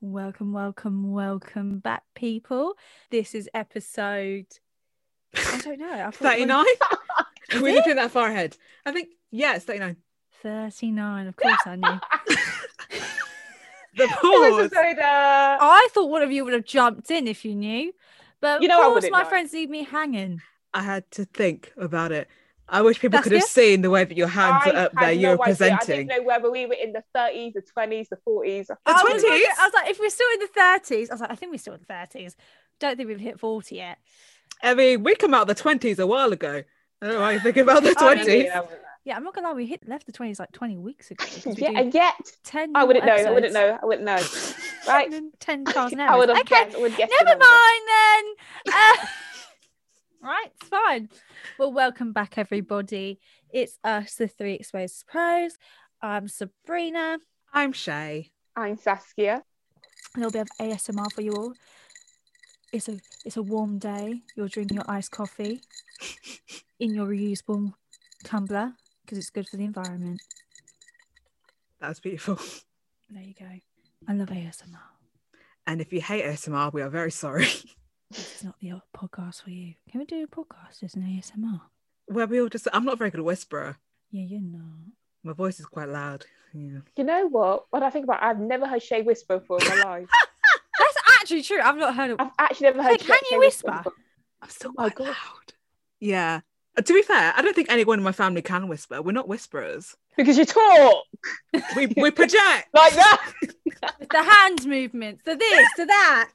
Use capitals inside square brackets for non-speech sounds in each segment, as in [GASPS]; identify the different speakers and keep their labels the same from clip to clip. Speaker 1: Welcome, welcome, welcome back, people. This is episode. I don't know.
Speaker 2: [LAUGHS]
Speaker 1: I thought it
Speaker 3: 39?
Speaker 1: was
Speaker 3: [LAUGHS]
Speaker 1: Is
Speaker 3: We're
Speaker 1: it?
Speaker 3: looking that far ahead. I think, yeah, it's [LAUGHS] 39.
Speaker 1: 39. Of course, I knew.
Speaker 3: The pause.
Speaker 2: Episode,
Speaker 1: I thought one of you would have jumped in if you knew, but
Speaker 2: You
Speaker 1: you
Speaker 2: know I
Speaker 1: know, of course,
Speaker 2: wouldn't
Speaker 1: my
Speaker 2: know.
Speaker 1: friends leave me hanging.
Speaker 3: I had to think about it. I wish people could have
Speaker 1: Saskia?
Speaker 3: seen the way that your hands are up there. You're
Speaker 2: I didn't
Speaker 3: presenting. Oh,
Speaker 2: know whether we were in the 30s, the 20s, the 40s.
Speaker 3: The
Speaker 1: I was, wondering-
Speaker 3: 20s?
Speaker 1: I was like, if we're still in the 30s, I was like, I think we're still in the 30s. Don't think we've hit 40 yet.
Speaker 3: I mean, we come out the 20s a while ago. [LAUGHS] I don't know why you think about the
Speaker 1: I mean,
Speaker 3: 20s.
Speaker 1: yeah. Yeah, I'm not gonna lie, we hit left the 20s like 20 weeks ago. 'cause we
Speaker 2: [LAUGHS] Yeah,
Speaker 1: do
Speaker 2: and yet
Speaker 1: 10
Speaker 2: I wouldn't know. I
Speaker 1: episodes,
Speaker 2: wouldn't know. I wouldn't know. Right?
Speaker 1: [LAUGHS] 10 cars an
Speaker 2: [LAUGHS] I
Speaker 1: hour.
Speaker 2: would have
Speaker 1: Okay,
Speaker 2: guessed, would guess the
Speaker 1: Never
Speaker 2: number.
Speaker 1: mind then. [LAUGHS] Uh, right, it's fine. Well, welcome back, everybody. It's us, the Three Exposed Pros. I'm Sabrina.
Speaker 3: I'm Shay.
Speaker 2: I'm Saskia.
Speaker 1: A little bit of ASMR for you all. It's a it's a warm day. You're drinking your iced [LAUGHS] coffee in your reusable tumbler because it's good for the environment.
Speaker 3: That's beautiful. [LAUGHS]
Speaker 1: There you go. I love ASMR.
Speaker 3: And if you hate ASMR, we are very sorry. [LAUGHS]
Speaker 1: It's not the podcast for you. Can we do a podcast as an ASMR?
Speaker 3: Where we all just, I'm not a very good whisperer.
Speaker 1: Yeah, you're not.
Speaker 3: My voice is quite loud. Yeah.
Speaker 2: You know what? When I think about it, I've never heard Shay whisper before in my life.
Speaker 1: That's actually true. I've not heard of
Speaker 2: I've actually never heard
Speaker 1: Like, can
Speaker 2: Shay
Speaker 1: you whisper?
Speaker 2: before.
Speaker 3: I'm still
Speaker 2: Oh,
Speaker 3: quite
Speaker 2: God.
Speaker 3: loud. Yeah. Uh, To be fair, I don't think anyone in my family can whisper. We're not whisperers.
Speaker 2: Because you talk
Speaker 3: We, [LAUGHS] we project.
Speaker 2: like that. [LAUGHS]
Speaker 1: the hand movements, the this, the that.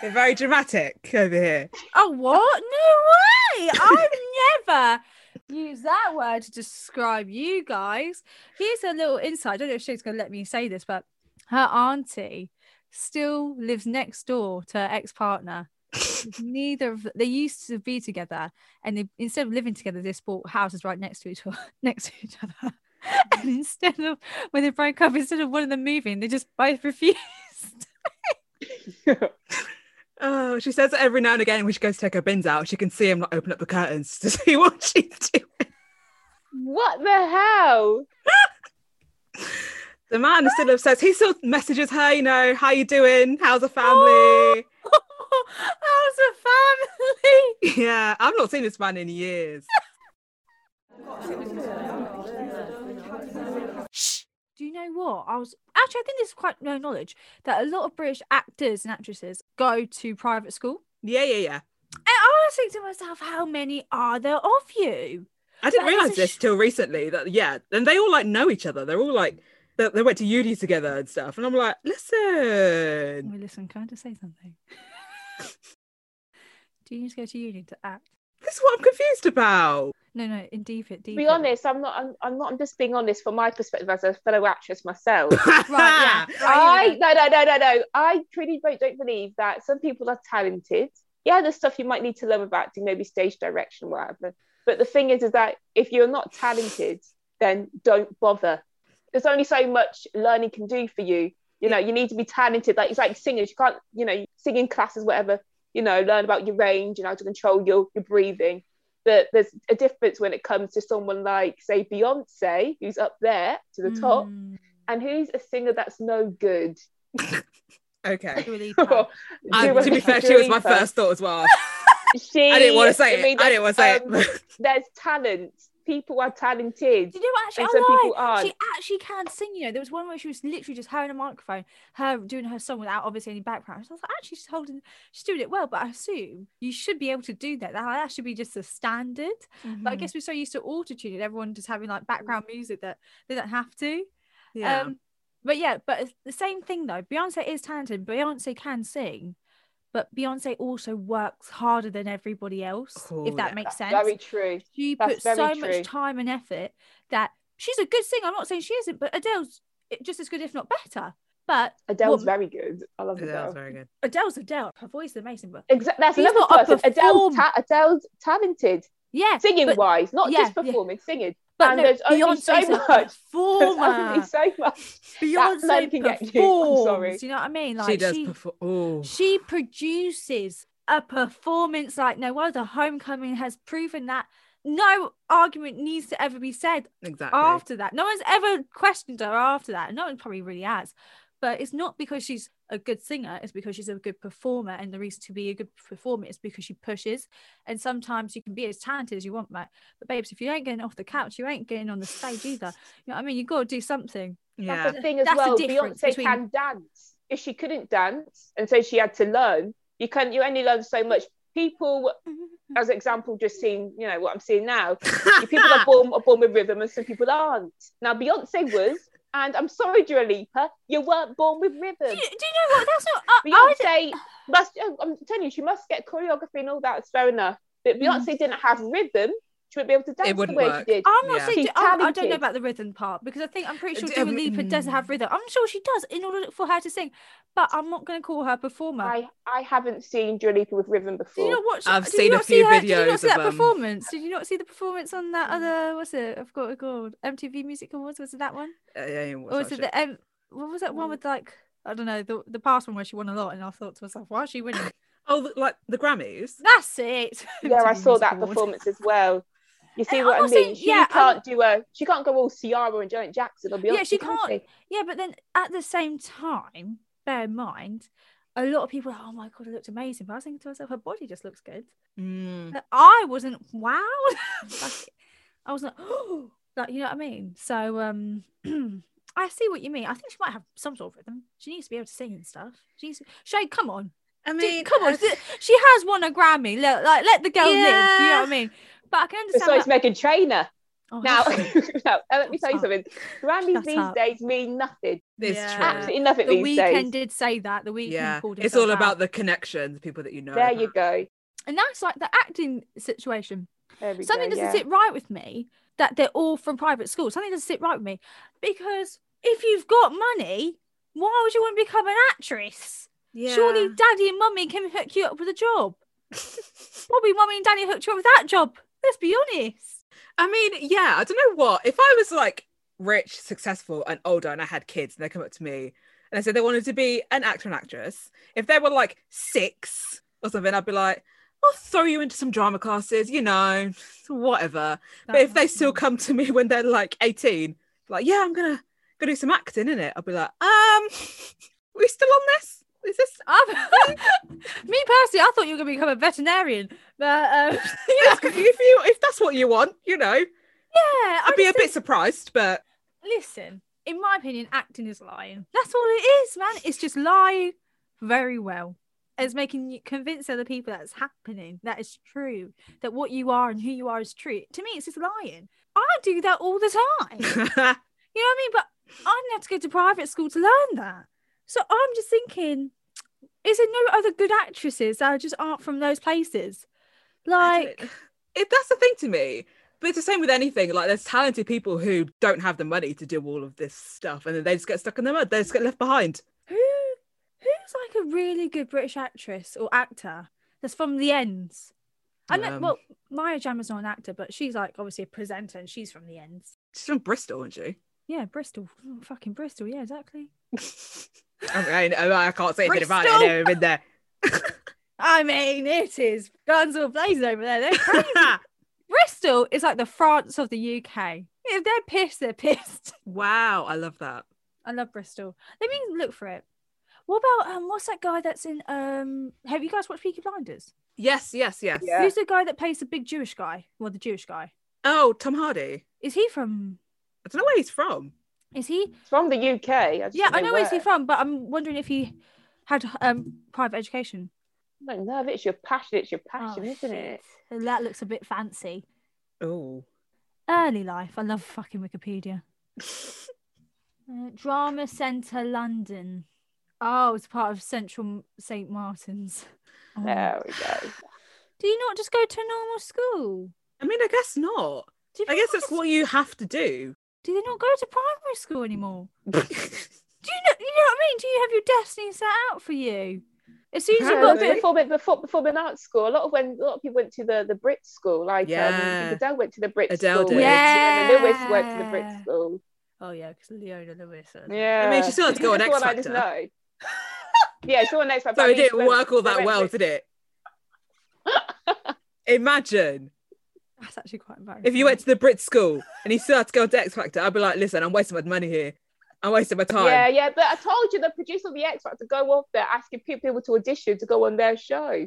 Speaker 3: They're very dramatic over here.
Speaker 1: Oh, what? No way! I've never used that word to describe you guys. Here's a little insight. I don't know if she's going to let me say this, but her auntie still lives next door to her ex-partner. Neither of they used to be together, and they, instead of living together, they just bought houses right next to each other. [LAUGHS] Next to each other. [LAUGHS] And instead of when they broke up, instead of one of them moving, they just both [LAUGHS] refused.
Speaker 3: Oh, she says that every now and again when she goes to take her bins out, she can see him like open up the curtains [LAUGHS] to see what she's doing.
Speaker 2: What the hell?
Speaker 3: The man is still obsessed. He still messages her, you know, how you doing? How's
Speaker 1: [GASPS]
Speaker 3: the family?
Speaker 1: [LAUGHS] How's a family?
Speaker 3: yeah, I've not seen this man in years.
Speaker 1: Do you know what? I was actually, I think this is quite no knowledge that a lot of British actors and actresses go to private school.
Speaker 3: Yeah, yeah, yeah.
Speaker 1: And I was thinking to myself, how many are there of you?
Speaker 3: I
Speaker 1: That is a
Speaker 3: didn't realize this
Speaker 1: sh-
Speaker 3: till recently. That yeah, and they all like know each other. They're all like they, they went to uni together and stuff. And I'm like, listen,
Speaker 1: We listen, can I just say something? [LAUGHS] Do you just go to uni to act?
Speaker 3: this is what I'm confused about.
Speaker 1: No, no, in deep it, deep
Speaker 2: be
Speaker 1: it.
Speaker 2: honest, I'm not. I'm, I'm not. I'm just being honest from my perspective as a fellow actress myself.
Speaker 1: Right, yeah. Right,
Speaker 2: [LAUGHS] I
Speaker 1: you know.
Speaker 2: no no no no no. I truly don't, don't believe that some people are talented. Yeah, there's stuff you might need to learn about doing maybe stage direction, or whatever. But the thing is, is that if you're not talented, then don't bother. There's only so much learning can do for you. You know, you need to be talented. Like it's like singers. You can't, you know, singing classes, whatever. You know, learn about your range and how to control your your breathing. But there's a difference when it comes to someone like, say, Beyonce, who's up there to the top,
Speaker 1: Mm,
Speaker 2: and who's a singer that's
Speaker 3: [LAUGHS]
Speaker 2: no good.
Speaker 3: [LAUGHS] Okay.
Speaker 1: Dua
Speaker 2: [LAUGHS]
Speaker 1: Lipa.
Speaker 2: Oh,
Speaker 3: And
Speaker 2: Dua-
Speaker 3: Um, to be fair,
Speaker 2: Dua
Speaker 3: she was my
Speaker 2: Lipa.
Speaker 3: first thought as well.
Speaker 2: She-
Speaker 3: I didn't want to say
Speaker 2: I
Speaker 3: it.
Speaker 2: mean,
Speaker 3: I didn't want to say
Speaker 2: um,
Speaker 3: it.
Speaker 2: There's talent. People are talented.
Speaker 1: Do you know what? Actually,
Speaker 2: And
Speaker 1: I
Speaker 2: some
Speaker 1: lied.
Speaker 2: people aren't.
Speaker 1: She actually can sing. You know, there was one where she was literally just her in a microphone, her doing her song without obviously any background. So I was like, actually, she's holding, she's doing it well. But I assume you should be able to do that. That that should be just a standard.
Speaker 3: [LAUGHS] Mm.
Speaker 1: But I guess we're so used to autotune and everyone just having like background music that they don't have to.
Speaker 3: yeah.
Speaker 1: Um, but yeah, but it's the same thing though. Beyonce is talented. Beyonce can sing, but Beyonce also works harder than everybody else.
Speaker 3: Cool,
Speaker 1: if that
Speaker 3: yeah.
Speaker 1: makes sense
Speaker 2: Very true.
Speaker 1: she
Speaker 2: That's
Speaker 1: puts so
Speaker 2: very true.
Speaker 1: much time and effort that she's a good singer. I'm not saying she isn't, but Adele's just as good, if not better. But
Speaker 2: Adele's
Speaker 1: Well,
Speaker 2: very good. I love
Speaker 3: Yeah, that was
Speaker 2: Adele.
Speaker 3: very good.
Speaker 1: Adele's Adele. Her voice is amazing, but
Speaker 2: Exactly. That's
Speaker 1: She's
Speaker 2: another
Speaker 1: not a
Speaker 2: person. Adele's,
Speaker 1: perform-
Speaker 2: ta- Adele's talented,
Speaker 1: yeah,
Speaker 2: singing
Speaker 1: but,
Speaker 2: wise, not
Speaker 1: yeah,
Speaker 2: just
Speaker 1: yeah.
Speaker 2: performing, singing. [LAUGHS]
Speaker 1: but
Speaker 2: and
Speaker 1: no,
Speaker 2: there's only
Speaker 1: Beyonce's
Speaker 2: so
Speaker 1: a
Speaker 2: much. [LAUGHS] There's
Speaker 1: performer.
Speaker 2: only so much. that man can
Speaker 1: Beyonce
Speaker 2: get you. I'm
Speaker 1: performs.
Speaker 2: sorry.
Speaker 1: You know what I mean? Like
Speaker 3: she does
Speaker 1: she,
Speaker 3: perform. Oh,
Speaker 1: she produces a performance like no other. Homecoming has proven that. No argument needs to ever be said
Speaker 3: exactly.
Speaker 1: after that. No one's ever questioned her after that. No one probably really has. But it's not because she's a good singer, it's because she's a good performer. And the reason to be a good performer is because she pushes. And sometimes you can be as talented as you want, right? But babes, if you ain't getting off the couch, you ain't getting on the stage either. You know what I mean? You gotta do
Speaker 3: [LAUGHS]
Speaker 1: something.
Speaker 3: Yeah.
Speaker 2: That's the thing as
Speaker 1: That's the
Speaker 2: well.
Speaker 1: difference
Speaker 2: Beyonce
Speaker 1: between-
Speaker 2: can dance. If she couldn't dance, and so she had to learn, you can you only learn so much. People, as example, just seeing you know what I'm seeing
Speaker 1: [LAUGHS]
Speaker 2: now.
Speaker 3: [LAUGHS]
Speaker 2: People are born are born with rhythm, and some people aren't. Now Beyonce was, and I'm sorry, Dua Lipa, you weren't born with
Speaker 1: Do
Speaker 2: rhythm.
Speaker 1: you, do you know what? That's not. I, I was-
Speaker 2: Beyonce must. oh, I'm telling you, she must get choreography and all that. It's fair enough, but
Speaker 1: Mm.
Speaker 2: Beyonce didn't have rhythm. She wouldn't be able to dance the
Speaker 3: wouldn't
Speaker 2: way
Speaker 3: work.
Speaker 2: she did.
Speaker 1: I'm not
Speaker 3: Yeah.
Speaker 1: saying
Speaker 2: She's
Speaker 1: I, I don't know
Speaker 2: talented. Uh, mm.
Speaker 1: about the rhythm part because I think I'm pretty sure
Speaker 3: D-
Speaker 1: Dua
Speaker 3: um,
Speaker 1: Lipa does have rhythm. I'm sure she does in order for her to sing, but I'm not going to call her a performer.
Speaker 2: I I haven't seen Dua Lipa with rhythm
Speaker 1: Did
Speaker 2: before.
Speaker 1: you not watch?
Speaker 3: I've
Speaker 1: did you
Speaker 3: seen a
Speaker 1: not see
Speaker 3: few
Speaker 1: her, Did you not
Speaker 3: videos
Speaker 1: see that
Speaker 3: of, um,
Speaker 1: performance? Did you not see the performance on that other? What's it? I've got it called MTV Music Awards. Was it that one?
Speaker 3: Yeah, yeah, yeah,
Speaker 1: or was
Speaker 3: what's
Speaker 1: it
Speaker 3: Oh, that
Speaker 1: the M? What was that one with like? I don't know the the past one where she won a lot, and I thought to myself, why is she
Speaker 3: [LAUGHS]
Speaker 1: winning?
Speaker 3: shit? oh, the- like the Grammys.
Speaker 1: That's it. [LAUGHS]
Speaker 2: yeah, I
Speaker 1: MTV
Speaker 2: saw
Speaker 1: Music
Speaker 2: that
Speaker 1: Awards.
Speaker 2: performance as well. You see
Speaker 1: And
Speaker 2: what
Speaker 1: I'm
Speaker 2: I
Speaker 1: not
Speaker 2: mean?
Speaker 1: saying-
Speaker 2: she
Speaker 1: yeah, I'm-
Speaker 2: can't do a. She can't go all Ciara and Janet Jackson or Beyonce.
Speaker 1: Yeah, she
Speaker 2: can
Speaker 1: can't. Yeah, but then at the same time, bear in mind, a lot of people, are, oh my god, it looked amazing. But I was thinking to myself, her body just looks good.
Speaker 3: Mm.
Speaker 1: But I wasn't wow. [LAUGHS] like, I was like, [GASPS] oh, like you know what I mean. So um, [CLEARS THROAT] I see what you mean. I think she might have some sort of rhythm. She needs to be able to sing and stuff. She needs to... Shade, come on,
Speaker 3: I
Speaker 1: Dude,
Speaker 3: mean,
Speaker 1: come on.
Speaker 3: I-
Speaker 1: th- She has won a Grammy. Look, like let the girl live. You know
Speaker 3: Yeah.
Speaker 1: what I mean. But I can understand.
Speaker 2: Besides
Speaker 1: that-
Speaker 2: Megan Trainor.
Speaker 1: Oh,
Speaker 2: Now,
Speaker 1: shut
Speaker 3: [LAUGHS]
Speaker 2: [LAUGHS] now, uh, let me tell you
Speaker 1: Shut
Speaker 2: something. Grammys
Speaker 1: Shut
Speaker 2: these
Speaker 1: up.
Speaker 2: days mean nothing.
Speaker 3: It's
Speaker 1: Yeah.
Speaker 3: true.
Speaker 2: Absolutely nothing
Speaker 1: the
Speaker 2: these
Speaker 1: weekend
Speaker 2: days.
Speaker 1: did say that. The weekend
Speaker 3: Yeah,
Speaker 1: called
Speaker 3: it's
Speaker 1: himself
Speaker 3: all
Speaker 1: out.
Speaker 3: about the connections, the people that you know.
Speaker 2: There you go.
Speaker 1: and that's like the acting situation.
Speaker 2: There we
Speaker 1: Something
Speaker 2: go,
Speaker 1: doesn't
Speaker 2: yeah.
Speaker 1: sit right with me that they're all from private school. Something doesn't sit right with me because if you've got money, why would you want to become an actress? Surely daddy and mummy can hook you up with a
Speaker 3: [LAUGHS]
Speaker 1: job. Probably mummy and daddy hooked you up with that job. Let's be honest.
Speaker 3: I mean, yeah, I don't know what. If I was like rich, successful, and older, and I had kids, and they come up to me and they said they wanted to be an actor and actress, if they were like six or something, I'd be like, I'll throw you into some drama classes, you know, whatever. but if they
Speaker 1: [LAUGHS]
Speaker 3: still come to me [LAUGHS] when they're like 18, like, yeah, I'm gonna go do some acting in it, I'll be like, um, [LAUGHS] we still on this? Is this? [LAUGHS]
Speaker 1: I've- [LAUGHS] me personally, I thought you were going to become a veterinarian, but um, [LAUGHS]
Speaker 3: [LAUGHS]
Speaker 1: yeah,
Speaker 3: If you if that's what you want, you know, I'd
Speaker 1: I'd
Speaker 3: be a bit surprised, but [LAUGHS]
Speaker 1: listen, in my opinion, acting is lying. That's all it is, man. It's just lying very well. It's making you convince other people that it's happening, that it's true, that what you are and who you are is true. To me, it's just lying. I do that all the time. you know what I mean? But I didn't have to go to private school to learn that. So I'm just thinking, is there no other good actresses that are just aren't from those places?
Speaker 3: I
Speaker 1: Like,
Speaker 3: don't- it, that's the thing to me but it's the same with anything like there's talented people who don't have the money to do all of this stuff and then they just get stuck in the mud they just get left behind
Speaker 1: Who who's like a really good British actress or actor that's from the ends? I know
Speaker 3: Um,
Speaker 1: well, Maya Jama's not an actor, but she's like obviously a presenter and she's from the ends.
Speaker 3: she's from bristol isn't [LAUGHS] she
Speaker 1: Yeah, Bristol. Mm, fucking Bristol, yeah, exactly.
Speaker 3: I, mean, I, I can't say anything about it
Speaker 1: Bristol!
Speaker 3: i've never been there
Speaker 1: I mean, it is guns all blazing over there. They're crazy. Bristol is like the France of the UK. If they're pissed, they're pissed.
Speaker 3: wow i love that
Speaker 1: I love Bristol. Let me look for it. What about um what's that guy that's in um have you guys watched Peaky Blinders?
Speaker 3: yes yes yes
Speaker 2: Yeah.
Speaker 1: Who's the guy that plays the big Jewish guy? Well the Jewish guy.
Speaker 3: oh tom hardy
Speaker 1: Is he from?
Speaker 3: i don't know where he's from
Speaker 1: Is he?
Speaker 2: It's from the UK. I just
Speaker 1: Yeah,
Speaker 2: don't
Speaker 1: I know where's he
Speaker 2: where.
Speaker 1: from, but I'm wondering if he had um private education.
Speaker 2: I don't know. It's your passion. It's your
Speaker 1: Oh,
Speaker 2: passion, isn't it?
Speaker 1: shit. That looks a bit fancy.
Speaker 3: oh
Speaker 1: Early life. I love fucking Wikipedia. Uh, Drama Centre London. Oh, it's part of Central St Martin's. Oh.
Speaker 2: There we go.
Speaker 1: Do you not just go to a normal school?
Speaker 3: i mean i guess not
Speaker 1: Do
Speaker 3: i
Speaker 1: people
Speaker 3: guess that's
Speaker 1: not-
Speaker 3: what you have to [LAUGHS] do
Speaker 1: Do they not go to primary school anymore? Do you know? You know what I mean? Do you have your destiny set out for you? As soon as you've got a
Speaker 2: Because
Speaker 1: bit of
Speaker 2: before, before performing arts school, a lot of when a lot of people went to the the Brit school, like um, I
Speaker 3: Yeah.
Speaker 2: think Adele went to the Brit
Speaker 3: Adele
Speaker 2: school,
Speaker 3: did.
Speaker 2: and Lewis went to the
Speaker 1: Yeah.
Speaker 2: Brit school.
Speaker 1: Oh yeah, because Leona Lewis. and-
Speaker 2: Yeah,
Speaker 3: I mean, she still had to go on
Speaker 2: That's
Speaker 3: X
Speaker 2: the one I just
Speaker 3: Factor. [LAUGHS]
Speaker 2: know. yeah, it's the one X Factor.
Speaker 3: So
Speaker 2: I
Speaker 3: it
Speaker 2: mean,
Speaker 3: didn't
Speaker 2: she went-
Speaker 3: work all
Speaker 2: she
Speaker 3: that
Speaker 2: went
Speaker 3: well,
Speaker 2: Brit-
Speaker 3: did it?
Speaker 1: [LAUGHS]
Speaker 3: Imagine
Speaker 1: That's actually quite embarrassing.
Speaker 3: if you went to the Brit school and you still had to go to X Factor, I'd be like, listen, I'm wasting my money here. I wasted my time.
Speaker 2: Yeah, yeah. But I told you the producer of the X Factor go off there asking pe- people to audition to go on their show.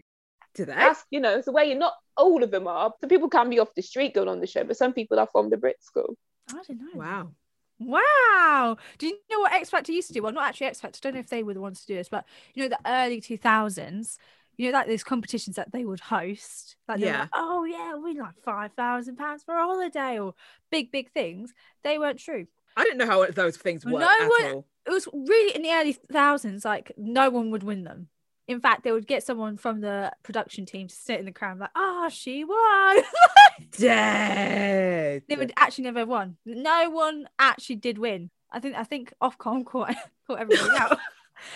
Speaker 3: Did they?
Speaker 2: That's you know, it's the way you're not all of them are. Some people can be off the street going on the show, but some people are from the Brit school.
Speaker 1: I don't know.
Speaker 3: Wow.
Speaker 1: Wow. Do you know what X Factor used to do? Well, not actually X Factor. I don't know if they were the ones to do this, but you know, the early 2000s, you know, like these competitions that they would host. Like, they were
Speaker 3: Yeah.
Speaker 1: like, oh, yeah, we like £5,000 for a holiday or big, big things. They weren't true.
Speaker 3: I didn't know how those things
Speaker 1: No
Speaker 3: work at
Speaker 1: one-
Speaker 3: all.
Speaker 1: It was really in the early thousands, like, no one would win them. In fact, they would get someone from the production team to sit in the crowd, like, ah, she won. [LAUGHS]
Speaker 3: Dead.
Speaker 1: they would actually never have won. No one actually did win. I think I think Ofcom [LAUGHS] caught caught everybody out.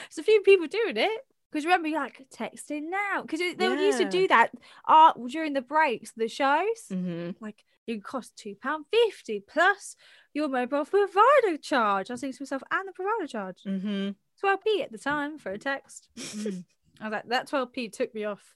Speaker 1: There's a few people doing it because remember, you're like texting now because they would used to
Speaker 3: Yeah.
Speaker 1: do that uh, during the breaks, the shows.
Speaker 3: Mhm.
Speaker 1: Like it cost two pound fifty plus your mobile provider charge. I was thinking to myself, and the provider charge,
Speaker 3: Mhm.
Speaker 1: twelve p at the time for a text. [LAUGHS] I was like, that twelve p took me off.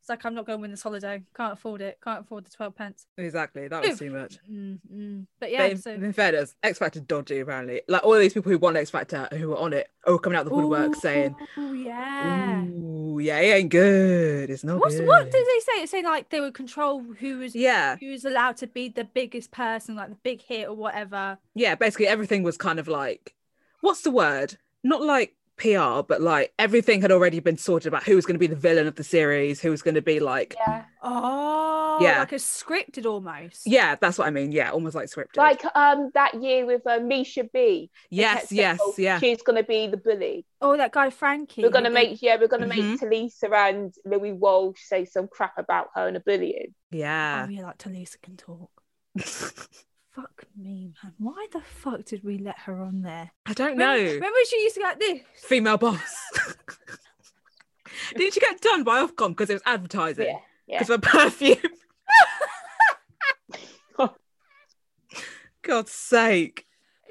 Speaker 1: It's like I'm not going to win this holiday. Can't afford it. Can't afford the twelve pence.
Speaker 3: Exactly. That was
Speaker 1: Oof.
Speaker 3: too much.
Speaker 1: Mm, mm. But yeah,
Speaker 3: but in,
Speaker 1: so
Speaker 3: in fairness, X Factor dodgy apparently. Like all these people who won X Factor and who were on it are coming out the woodwork saying,
Speaker 1: "Oh yeah."
Speaker 3: "Ooh, yeah, it ain't good. It's not
Speaker 1: What's
Speaker 3: good."
Speaker 1: what did they say? It's saying like they would control who was
Speaker 3: Yeah,
Speaker 1: who was allowed to be the biggest person, like the big hit or whatever.
Speaker 3: yeah. Basically, everything was kind of like, what's the word? Not like PR, but like everything had already been sorted about who was going to be the villain of the series, who was going to be like,
Speaker 2: Yeah.
Speaker 1: Oh,
Speaker 3: Yeah.
Speaker 1: like a scripted almost.
Speaker 3: yeah. that's what I mean. Yeah, almost like scripted.
Speaker 2: Like um that year with uh, Misha B. They
Speaker 3: yes,
Speaker 2: kept saying,
Speaker 3: yes,
Speaker 2: "Oh,
Speaker 3: yeah.
Speaker 2: She's gonna be the bully.
Speaker 1: Oh, that guy Frankie.
Speaker 2: We're gonna
Speaker 1: who
Speaker 2: make yeah, we're gonna
Speaker 3: Mhm.
Speaker 2: make Talisa and Louis Walsh say some crap about her and a bullying.
Speaker 1: Did,
Speaker 3: Yeah.
Speaker 1: oh yeah, like Talisa can talk.
Speaker 2: Um,
Speaker 1: Fuck me, man. Why the fuck did we let her on there?
Speaker 3: [LAUGHS] I don't
Speaker 1: Remember,
Speaker 3: know.
Speaker 1: remember she used to go like this.
Speaker 3: Female boss. [LAUGHS] Didn't she get done by Ofcom because it was advertising?
Speaker 2: Yeah, yeah.
Speaker 3: Because of
Speaker 2: [LAUGHS]
Speaker 3: perfume. [LAUGHS] God's sake.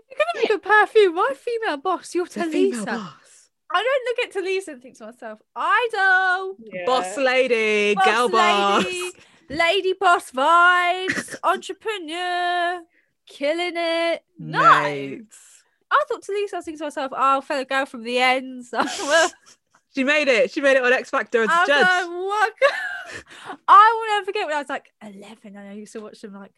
Speaker 1: You're gonna make a perfume. My female boss. You're
Speaker 3: It's a female
Speaker 1: Talisa.
Speaker 3: boss.
Speaker 1: I don't look at Talisa and think to myself, idol.
Speaker 3: Boss lady, girl boss.
Speaker 1: lady, lady boss [LAUGHS] vibes, entrepreneur, killing it. No,
Speaker 3: Mate.
Speaker 1: I thought to Lisa, I was thinking to myself, oh, fellow girl from the ends. [LAUGHS] I'm a-
Speaker 3: [LAUGHS] She made it. She made it on X Factor as a
Speaker 1: I'm
Speaker 3: judge.
Speaker 1: a walker. [LAUGHS] I will never forget when I was like 11 and I used to watch them like,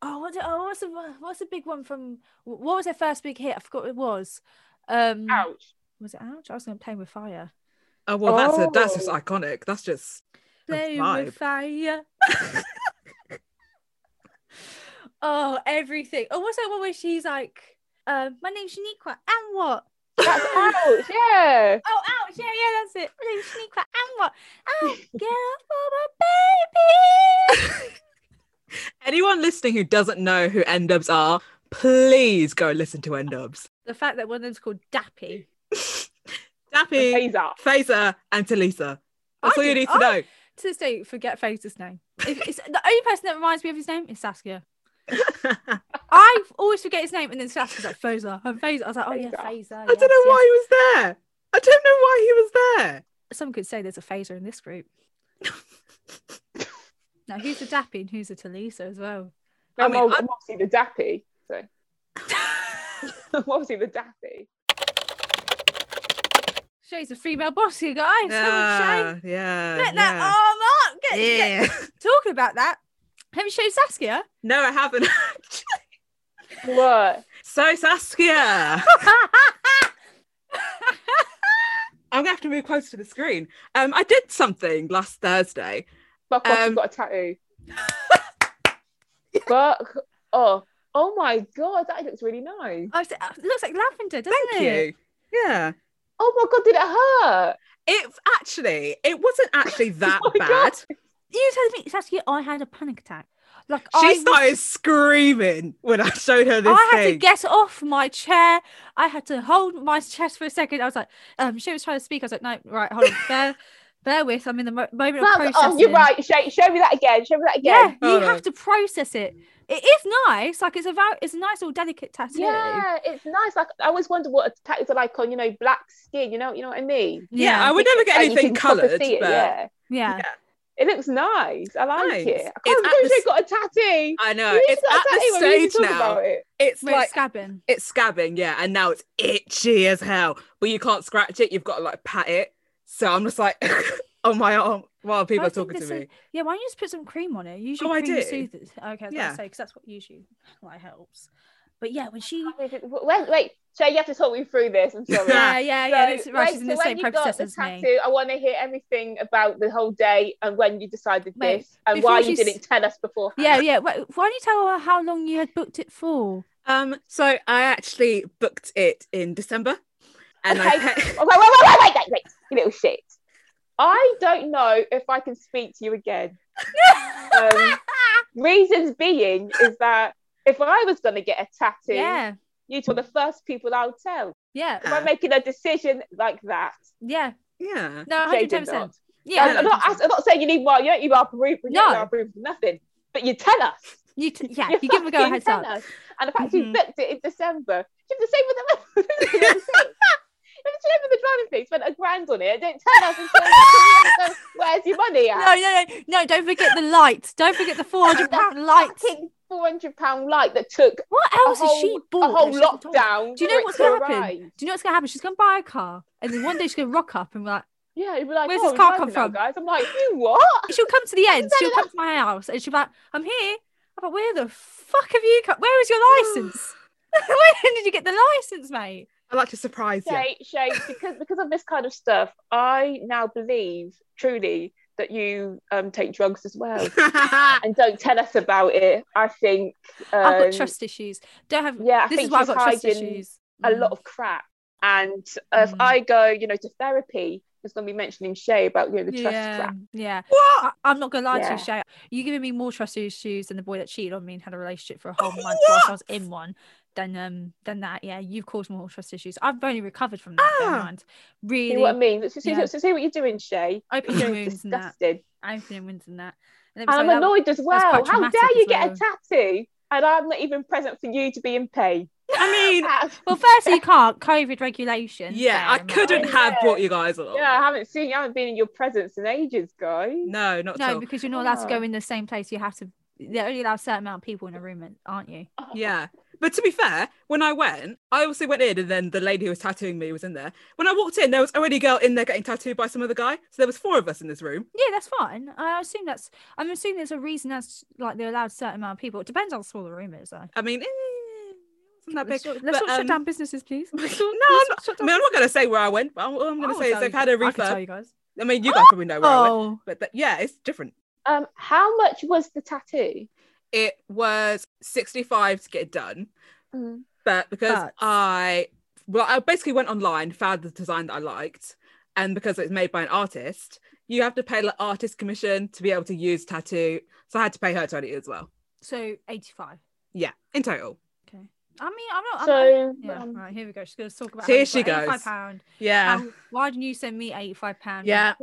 Speaker 1: oh, what's, it, oh, what's, the, what's the big one from, what was their first big hit? I forgot what it was. Um,
Speaker 2: Ouch.
Speaker 1: Was it Ouch? I was going to play with fire.
Speaker 3: Oh well, that's a, that's just
Speaker 2: Oh.
Speaker 3: iconic. That's just a
Speaker 1: Playing
Speaker 3: vibe.
Speaker 1: with fire. [LAUGHS] oh, everything. Oh, what's that one where she's like, uh, my name's Shaniqua, and what?
Speaker 3: [LAUGHS]
Speaker 2: That's ouch, yeah.
Speaker 1: Oh, ouch. Yeah, yeah, that's it. My name's Shaniqua, and what? Oh, girl for my baby.
Speaker 3: Anyone listening who doesn't know who N Dubs are, please go listen to N Dubs.
Speaker 1: the fact that one of them's called Dappy.
Speaker 3: [LAUGHS] Dappy,
Speaker 2: He's up.
Speaker 3: Phaser, and Talisa. That's
Speaker 1: I
Speaker 3: all you
Speaker 1: did-
Speaker 3: need to
Speaker 1: I-
Speaker 3: know.
Speaker 1: To this day, forget Phaser's name. If it's, the only person that reminds me of his name is Saskia. I always forget his name, and then Saskia's like, Phaser. And Phaser. I was like, oh, yeah, Phaser.
Speaker 3: [LAUGHS]
Speaker 2: Phaser.
Speaker 3: I don't know why he was there. I don't know why he was there.
Speaker 1: Some could say there's a phaser in this
Speaker 3: [LAUGHS]
Speaker 1: group. now, who's a Dappy and who's a Talisa as well?
Speaker 2: Now,
Speaker 3: I
Speaker 2: I'm,
Speaker 3: mean,
Speaker 2: ob-
Speaker 3: I-
Speaker 2: I'm obviously the dappy. So
Speaker 3: [LAUGHS]
Speaker 2: I'm obviously the dappy.
Speaker 1: Shay's a female boss, you guys. Come on, Shay.
Speaker 3: yeah, Ah, yeah.
Speaker 1: Get that arm up. Get, get-
Speaker 3: yeah. [LAUGHS]
Speaker 1: Talking about that, have you shown Saskia?
Speaker 3: No, I haven't. [LAUGHS]
Speaker 2: What?
Speaker 3: so Saskia, [LAUGHS] I'm gonna have to move closer to the screen. Um, I did something last Thursday.
Speaker 2: Fuck off,
Speaker 3: Um,
Speaker 2: you've got
Speaker 3: [LAUGHS]
Speaker 2: a tattoo. Fuck oh. Oh my god, that looks really nice.
Speaker 1: I was, it looks like lavender, doesn't
Speaker 3: Thank
Speaker 1: it?
Speaker 3: you. Yeah.
Speaker 2: Oh my god, did it hurt?
Speaker 3: It actually, it wasn't actually that
Speaker 2: my God.
Speaker 3: bad.
Speaker 1: You telling me, Saskia, I had a panic attack. Like I
Speaker 3: She
Speaker 1: was-
Speaker 3: started screaming when I showed her this
Speaker 1: I had
Speaker 3: thing.
Speaker 1: to get off my chair. I had to hold my chest for a second. I was like, um, she was trying to speak. I was like, no, right,
Speaker 3: [LAUGHS]
Speaker 1: hold on, bear, bear with. I'm in the mo- moment of
Speaker 3: oh,
Speaker 2: Fuck
Speaker 1: processing.
Speaker 2: off, oh, you're right. Show, show me that again. Show me that
Speaker 1: Yeah,
Speaker 2: again.
Speaker 1: you
Speaker 3: Hold
Speaker 1: have
Speaker 3: on.
Speaker 1: to process it. It is nice. Like it's a very, it's a nice little delicate tattoo.
Speaker 2: Yeah, it's nice. Like I always wonder what tattoos are like on, you know, black skin. You know, you know what I mean.
Speaker 3: yeah, I
Speaker 1: yeah,
Speaker 3: would never get
Speaker 2: And you
Speaker 3: anything
Speaker 2: can proper
Speaker 3: coloured, but
Speaker 2: see it, yeah.
Speaker 1: yeah.
Speaker 3: yeah.
Speaker 2: It looks nice. I like
Speaker 3: Nice.
Speaker 2: it. I
Speaker 3: It's
Speaker 2: can't
Speaker 3: at
Speaker 2: believe
Speaker 3: the
Speaker 2: they got a tattoo.
Speaker 3: I know.
Speaker 2: Who's
Speaker 3: it's
Speaker 2: got a
Speaker 3: at the
Speaker 2: tattoo? We need to
Speaker 3: stage
Speaker 2: talk
Speaker 3: now.
Speaker 2: about it.
Speaker 3: It's
Speaker 1: We're
Speaker 3: like
Speaker 1: scabbing.
Speaker 3: it's scabbing, yeah, and now it's itchy as hell. But you can't scratch it. You've got to like pat it. So I'm just like [LAUGHS] on my arm while people
Speaker 1: I
Speaker 3: are
Speaker 1: think
Speaker 3: talking to
Speaker 1: this is-
Speaker 3: me.
Speaker 1: Yeah, why don't you just put some cream on it? Usually
Speaker 3: Oh, I
Speaker 1: cream
Speaker 3: do.
Speaker 1: soothes. Okay, I was
Speaker 3: Yeah.
Speaker 1: gonna say because that's what usually like helps. But yeah, when she
Speaker 2: Wait, wait, Shay, you have to talk me through this. I'm sorry.
Speaker 1: yeah yeah yeah,
Speaker 2: So,
Speaker 1: this, right, she's in the
Speaker 2: wait, so when
Speaker 1: same
Speaker 2: you
Speaker 1: process
Speaker 2: got
Speaker 1: as
Speaker 2: the tattoo,
Speaker 1: me.
Speaker 2: I want to hear everything about the whole day and when you decided
Speaker 1: Wait,
Speaker 2: this and
Speaker 1: before
Speaker 2: why you
Speaker 1: she's-
Speaker 2: didn't tell us before.
Speaker 1: Yeah yeah. Why, why don't you tell her how long you had booked it for?
Speaker 3: Um, so I actually booked it in December, and I
Speaker 2: Okay.
Speaker 3: pa-
Speaker 2: Wait, Oh, wait, wait, wait, wait, wait, wait, you little shit. I don't know if I can speak to you again. Um, reasons being is that if I was going to get a
Speaker 1: [LAUGHS]
Speaker 2: tattoo,
Speaker 1: yeah Ah.
Speaker 2: you two are the first people I'll tell.
Speaker 1: yeah
Speaker 2: If I'm making a decision like that,
Speaker 1: yeah.
Speaker 3: [LAUGHS] yeah,
Speaker 1: No,
Speaker 2: Jay
Speaker 1: hundred
Speaker 2: did
Speaker 1: percent.
Speaker 2: not.
Speaker 1: Yeah,
Speaker 2: I'm, not,
Speaker 1: 110%.
Speaker 2: I'm not saying you need more. You don't need more proof. You
Speaker 1: No.
Speaker 2: don't need more proof for nothing. But you tell us.
Speaker 1: You t-
Speaker 2: [LAUGHS]
Speaker 1: yeah,
Speaker 2: You
Speaker 1: [LAUGHS] you give them a go
Speaker 2: fucking
Speaker 1: heads
Speaker 2: tell
Speaker 1: up. Mm-hmm.
Speaker 2: us. And the fact
Speaker 3: Mhm.
Speaker 2: you booked it in December, you have the same [LAUGHS] with the If you
Speaker 1: [LAUGHS]
Speaker 2: remember the driving fee, spent a grand on it. Don't tell us. until- Where's your money at?
Speaker 1: No, no, no, no! Don't forget the light. Don't forget the four hundred pound light.
Speaker 2: Fucking four hundred pound light that took
Speaker 1: What
Speaker 2: a
Speaker 1: else has she
Speaker 2: whole, a
Speaker 1: bought? that
Speaker 2: whole
Speaker 1: she hasn't told us?
Speaker 2: lockdown.
Speaker 1: Do you
Speaker 2: for
Speaker 1: know
Speaker 2: it
Speaker 1: what's
Speaker 2: to
Speaker 1: gonna happen?
Speaker 2: arrive.
Speaker 1: Do you know what's gonna happen? She's gonna buy a car, and then one day she's gonna rock up and be
Speaker 2: [LAUGHS]
Speaker 1: like,
Speaker 2: Yeah, you'd be like,
Speaker 1: Where's
Speaker 2: oh,
Speaker 1: this car
Speaker 2: I'm
Speaker 1: come
Speaker 2: driving now,
Speaker 1: from?
Speaker 2: guys? I'm like, you what?
Speaker 1: she'll come to the end. She'll
Speaker 2: no,
Speaker 1: come to my house, and she'll be like, "I'm here." I'm like, "Where the fuck have you come? Where is your
Speaker 2: [SIGHS]
Speaker 1: license? [LAUGHS] Where did you get the license, mate?"
Speaker 3: I like to surprise you.
Speaker 2: Shay, Shay, because because of this kind of stuff, I now believe truly that you um, take drugs as well.
Speaker 1: [LAUGHS]
Speaker 2: and don't tell us about it. I think um,
Speaker 1: Ah. I've got trust issues. Don't have.
Speaker 2: Yeah, I
Speaker 1: this
Speaker 2: think
Speaker 1: is why I've
Speaker 2: she's
Speaker 1: got trust
Speaker 2: hiding
Speaker 1: issues.
Speaker 2: a
Speaker 1: Mm.
Speaker 2: lot of crap. And uh, if
Speaker 1: Mm.
Speaker 2: I go, you know, to therapy, it's going to be mentioning Shay about you know the trust
Speaker 1: Mm. yeah,
Speaker 2: crap.
Speaker 1: yeah.
Speaker 3: [LAUGHS] what?
Speaker 1: I, I'm not gonna lie to
Speaker 2: Yeah.
Speaker 1: you, Shay. You giving me more trust issues than the boy that cheated on me and had a relationship for a whole
Speaker 3: Oh,
Speaker 1: month whilst I was
Speaker 3: what?
Speaker 1: in one. Than um than that, yeah. You've caused more trust issues. I've only recovered from that. bear in
Speaker 3: Ah.
Speaker 1: mind.
Speaker 2: You know what
Speaker 1: Really,
Speaker 2: I mean? So, so-
Speaker 1: Yeah.
Speaker 2: so see what you're doing, Shay.
Speaker 1: opening
Speaker 2: You're [LAUGHS] doing
Speaker 1: wounds and that.
Speaker 2: disgusting.
Speaker 1: Opening wounds and that. And it
Speaker 2: And
Speaker 1: was
Speaker 2: I'm
Speaker 1: like, that-
Speaker 2: annoyed as well.
Speaker 1: quite
Speaker 2: How
Speaker 1: traumatic
Speaker 2: dare you
Speaker 1: as
Speaker 2: get a
Speaker 1: well.
Speaker 2: tattoo and I'm not even present for you to be in pain?
Speaker 3: I
Speaker 1: [LAUGHS]
Speaker 2: [LAUGHS]
Speaker 3: mean,
Speaker 2: Ah,
Speaker 1: Well, firstly, you can't. COVID regulation.
Speaker 3: yeah, I couldn't have brought you guys along.
Speaker 2: yeah, I haven't seen you. I haven't been in your presence in ages, guys.
Speaker 3: No, not at
Speaker 1: No,
Speaker 3: all.
Speaker 1: because you're not allowed to go
Speaker 2: Oh.
Speaker 1: in the same place. You have to. They're only allowed a certain amount of people in a room, aren't you?
Speaker 2: Oh,
Speaker 3: Yeah. But to be fair, when I went, I also went in and then the lady who was tattooing me was in there. When I walked in, there was already a girl in there getting tattooed by some other guy. So there was four of us in this room.
Speaker 1: Yeah, that's fine. I assume that's. I'm assuming there's a reason that's like they're allowed a certain amount of people. It depends how small the room is, though.
Speaker 3: I mean, eh, it wasn't that
Speaker 1: Let's
Speaker 3: big.
Speaker 1: not, let's
Speaker 3: But,
Speaker 1: not shut
Speaker 3: um,
Speaker 1: down businesses, please.
Speaker 3: [LAUGHS] no,
Speaker 1: Let's
Speaker 3: I'm
Speaker 1: not
Speaker 3: not,
Speaker 1: shut
Speaker 3: I
Speaker 1: down
Speaker 3: mean, I'm not going to say where I went. But all I'm going to
Speaker 1: I'll
Speaker 3: say is
Speaker 1: tell
Speaker 3: they've
Speaker 1: you-
Speaker 3: had a
Speaker 1: Oh, I can tell
Speaker 3: refurb.
Speaker 1: you guys.
Speaker 3: I mean, you guys probably know where I went.
Speaker 1: [GASPS] Oh,
Speaker 3: But that, yeah, it's different.
Speaker 2: Um, how much was the tattoo?
Speaker 3: It was 65 to get it done.
Speaker 1: Mm.
Speaker 3: but because
Speaker 1: But-
Speaker 3: I well, I basically went online, found the design that I liked, and because it's made by an artist, you have to pay like artist commission to be able to use tattoo. So I had to pay her twenty as well.
Speaker 1: so 85.
Speaker 3: Yeah, in total.
Speaker 1: Okay. I mean, Oh, I'm not. I'm not
Speaker 2: So
Speaker 1: yeah,
Speaker 2: um,
Speaker 1: right, here we go. She's going to talk about.
Speaker 3: Here
Speaker 1: you
Speaker 3: she
Speaker 1: got
Speaker 3: goes.
Speaker 1: £85.
Speaker 3: Yeah,
Speaker 1: How- why didn't you send me 85 pounds?
Speaker 3: Yeah.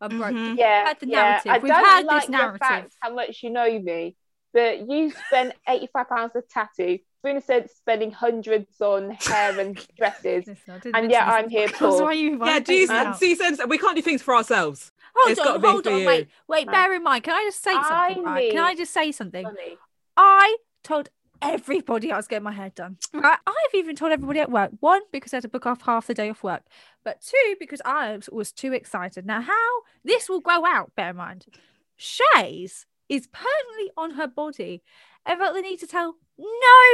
Speaker 1: A broke
Speaker 3: Mhm.
Speaker 2: yeah,
Speaker 1: had Mm-hmm. the
Speaker 2: yeah.
Speaker 1: narrative.
Speaker 2: I
Speaker 1: We've
Speaker 2: don't
Speaker 1: had this
Speaker 2: like
Speaker 1: narrative.
Speaker 2: The fact how much you know me, but you
Speaker 1: [LAUGHS]
Speaker 2: spent eighty-five pounds a tattoo. Bruna said spending hundreds on hair
Speaker 1: [LAUGHS]
Speaker 2: and dresses.
Speaker 1: Listen, I didn't
Speaker 2: And
Speaker 1: mention
Speaker 2: yeah,
Speaker 1: this
Speaker 2: I'm
Speaker 1: in the [LAUGHS]
Speaker 2: here,
Speaker 1: podcast.
Speaker 2: Paul.
Speaker 1: Why you
Speaker 3: yeah.
Speaker 1: won't take
Speaker 3: Jesus,
Speaker 1: me out?
Speaker 3: see, sense we can't do things for ourselves.
Speaker 1: Hold
Speaker 3: it's gotta
Speaker 1: on,
Speaker 3: be
Speaker 1: hold
Speaker 3: for
Speaker 1: on,
Speaker 3: you.
Speaker 1: wait, wait.
Speaker 2: Right.
Speaker 1: Bear in mind, can I just say
Speaker 2: I
Speaker 1: something? Right? Can I
Speaker 2: need-
Speaker 1: just say something?
Speaker 2: Money.
Speaker 1: I told everybody I was getting my hair done. Right? I've even told everybody at work. One, because I had to book off half the day off work, but two, because I was- was too excited. Now, how this will go out? Bear in mind, Shay's is permanently on her body. I felt the need to tell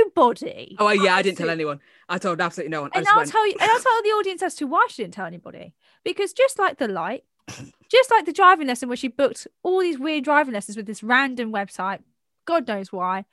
Speaker 1: nobody.
Speaker 3: Oh yeah, I didn't tell
Speaker 1: Absolutely.
Speaker 3: anyone. I told absolutely no one. I
Speaker 1: and
Speaker 3: just
Speaker 1: I'll
Speaker 3: went.
Speaker 1: tell you, and I'll tell the audience as to why she didn't tell anybody. Because just like the
Speaker 3: [COUGHS]
Speaker 1: light, just like the driving lesson where she booked all these weird driving lessons with this random website, God knows why,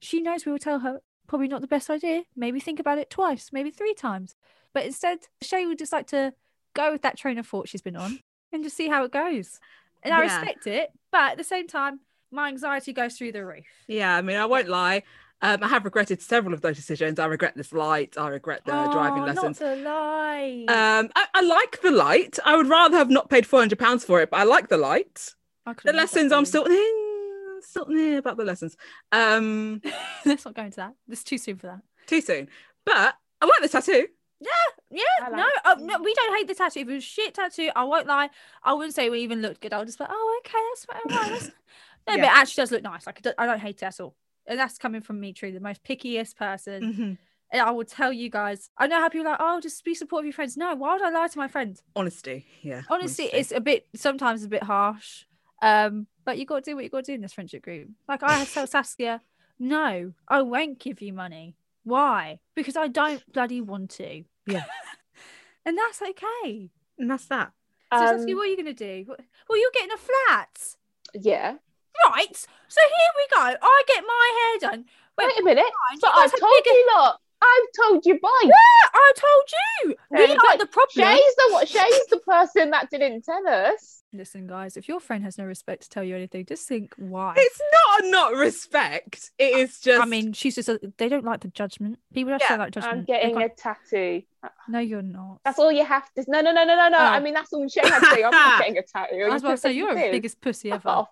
Speaker 1: she knows we will tell her probably not the best idea. Maybe think about it twice, maybe three times. But instead, Shay would just like to go with that train of thought she's been on and just see how it goes. And I
Speaker 3: Yeah.
Speaker 1: respect it, but at the same time, my anxiety goes through the roof.
Speaker 3: yeah, I mean, I won't lie. Um, I have regretted several of those decisions. I regret this light. I regret the driving
Speaker 1: Oh,
Speaker 3: lessons.
Speaker 1: Not the light.
Speaker 3: Um, I, I like the light. I would rather have not paid four hundred pounds for it, but I like the light.
Speaker 1: I couldn't
Speaker 3: the
Speaker 1: read that
Speaker 3: lessons i'm
Speaker 1: for you.
Speaker 3: still eh, still eh, about the lessons um
Speaker 1: [LAUGHS] Let's not go into that. It's too soon for that.
Speaker 3: too soon but i like the tattoo
Speaker 1: Yeah,
Speaker 2: I
Speaker 1: no,
Speaker 2: like-
Speaker 1: uh, no, we don't hate the tattoo. If it was shit tattoo, I won't lie. I wouldn't say we even looked good. I would just be like, oh, okay, that's what I [LAUGHS] want. No, but
Speaker 3: Yeah.
Speaker 1: it actually does look nice. Like, it do- I don't hate it at all. And that's coming from me, truly, the most pickiest person.
Speaker 3: Mhm.
Speaker 1: And I will tell you guys, I know how people are like, oh, just be supportive of your friends. No, why would I lie to my friends?
Speaker 3: Honesty. Yeah.
Speaker 1: Honestly, it's a bit, sometimes a bit harsh. Um, but you got to do what you got to do in this friendship group. Like, I had to tell Saskia, no, I won't give you money. Why? Because I don't bloody want to.
Speaker 3: Yeah.
Speaker 1: [LAUGHS] and that's okay.
Speaker 3: And that's that.
Speaker 1: So
Speaker 2: Um,
Speaker 1: Saskia, what are you going to do? What- Well, you're getting a flat.
Speaker 2: yeah.
Speaker 1: Right. So here we go. I get my hair done. Wait,
Speaker 2: Wait a minute.
Speaker 1: Fine,
Speaker 2: But
Speaker 1: you
Speaker 2: I've
Speaker 1: guys have
Speaker 2: told
Speaker 1: bigger-
Speaker 2: you lot. I've told you both.
Speaker 1: Yeah, I told you.
Speaker 2: There
Speaker 1: we
Speaker 2: you
Speaker 1: are
Speaker 2: go.
Speaker 1: the problem.
Speaker 2: Shay's the what? Shay's the person that didn't tell us.
Speaker 1: Listen, guys, if your friend has no respect to tell you anything, just think why.
Speaker 3: It's not a not respect. It is just.
Speaker 1: I mean, she's just, a, they don't like the judgment. People just
Speaker 3: Yeah,
Speaker 1: don't like judgment.
Speaker 2: I'm
Speaker 1: They
Speaker 2: getting a
Speaker 1: can't-
Speaker 2: tattoo.
Speaker 1: No, you're not.
Speaker 2: That's all you have to. No, no, no, no, no, no.
Speaker 1: Oh.
Speaker 2: I mean, that's all Shay had to say.
Speaker 1: [LAUGHS]
Speaker 2: I'm not getting a tattoo.
Speaker 1: I was about to say,
Speaker 2: [LAUGHS]
Speaker 1: you're the
Speaker 2: Dude,
Speaker 1: biggest pussy
Speaker 2: Fuck
Speaker 1: ever.
Speaker 2: off.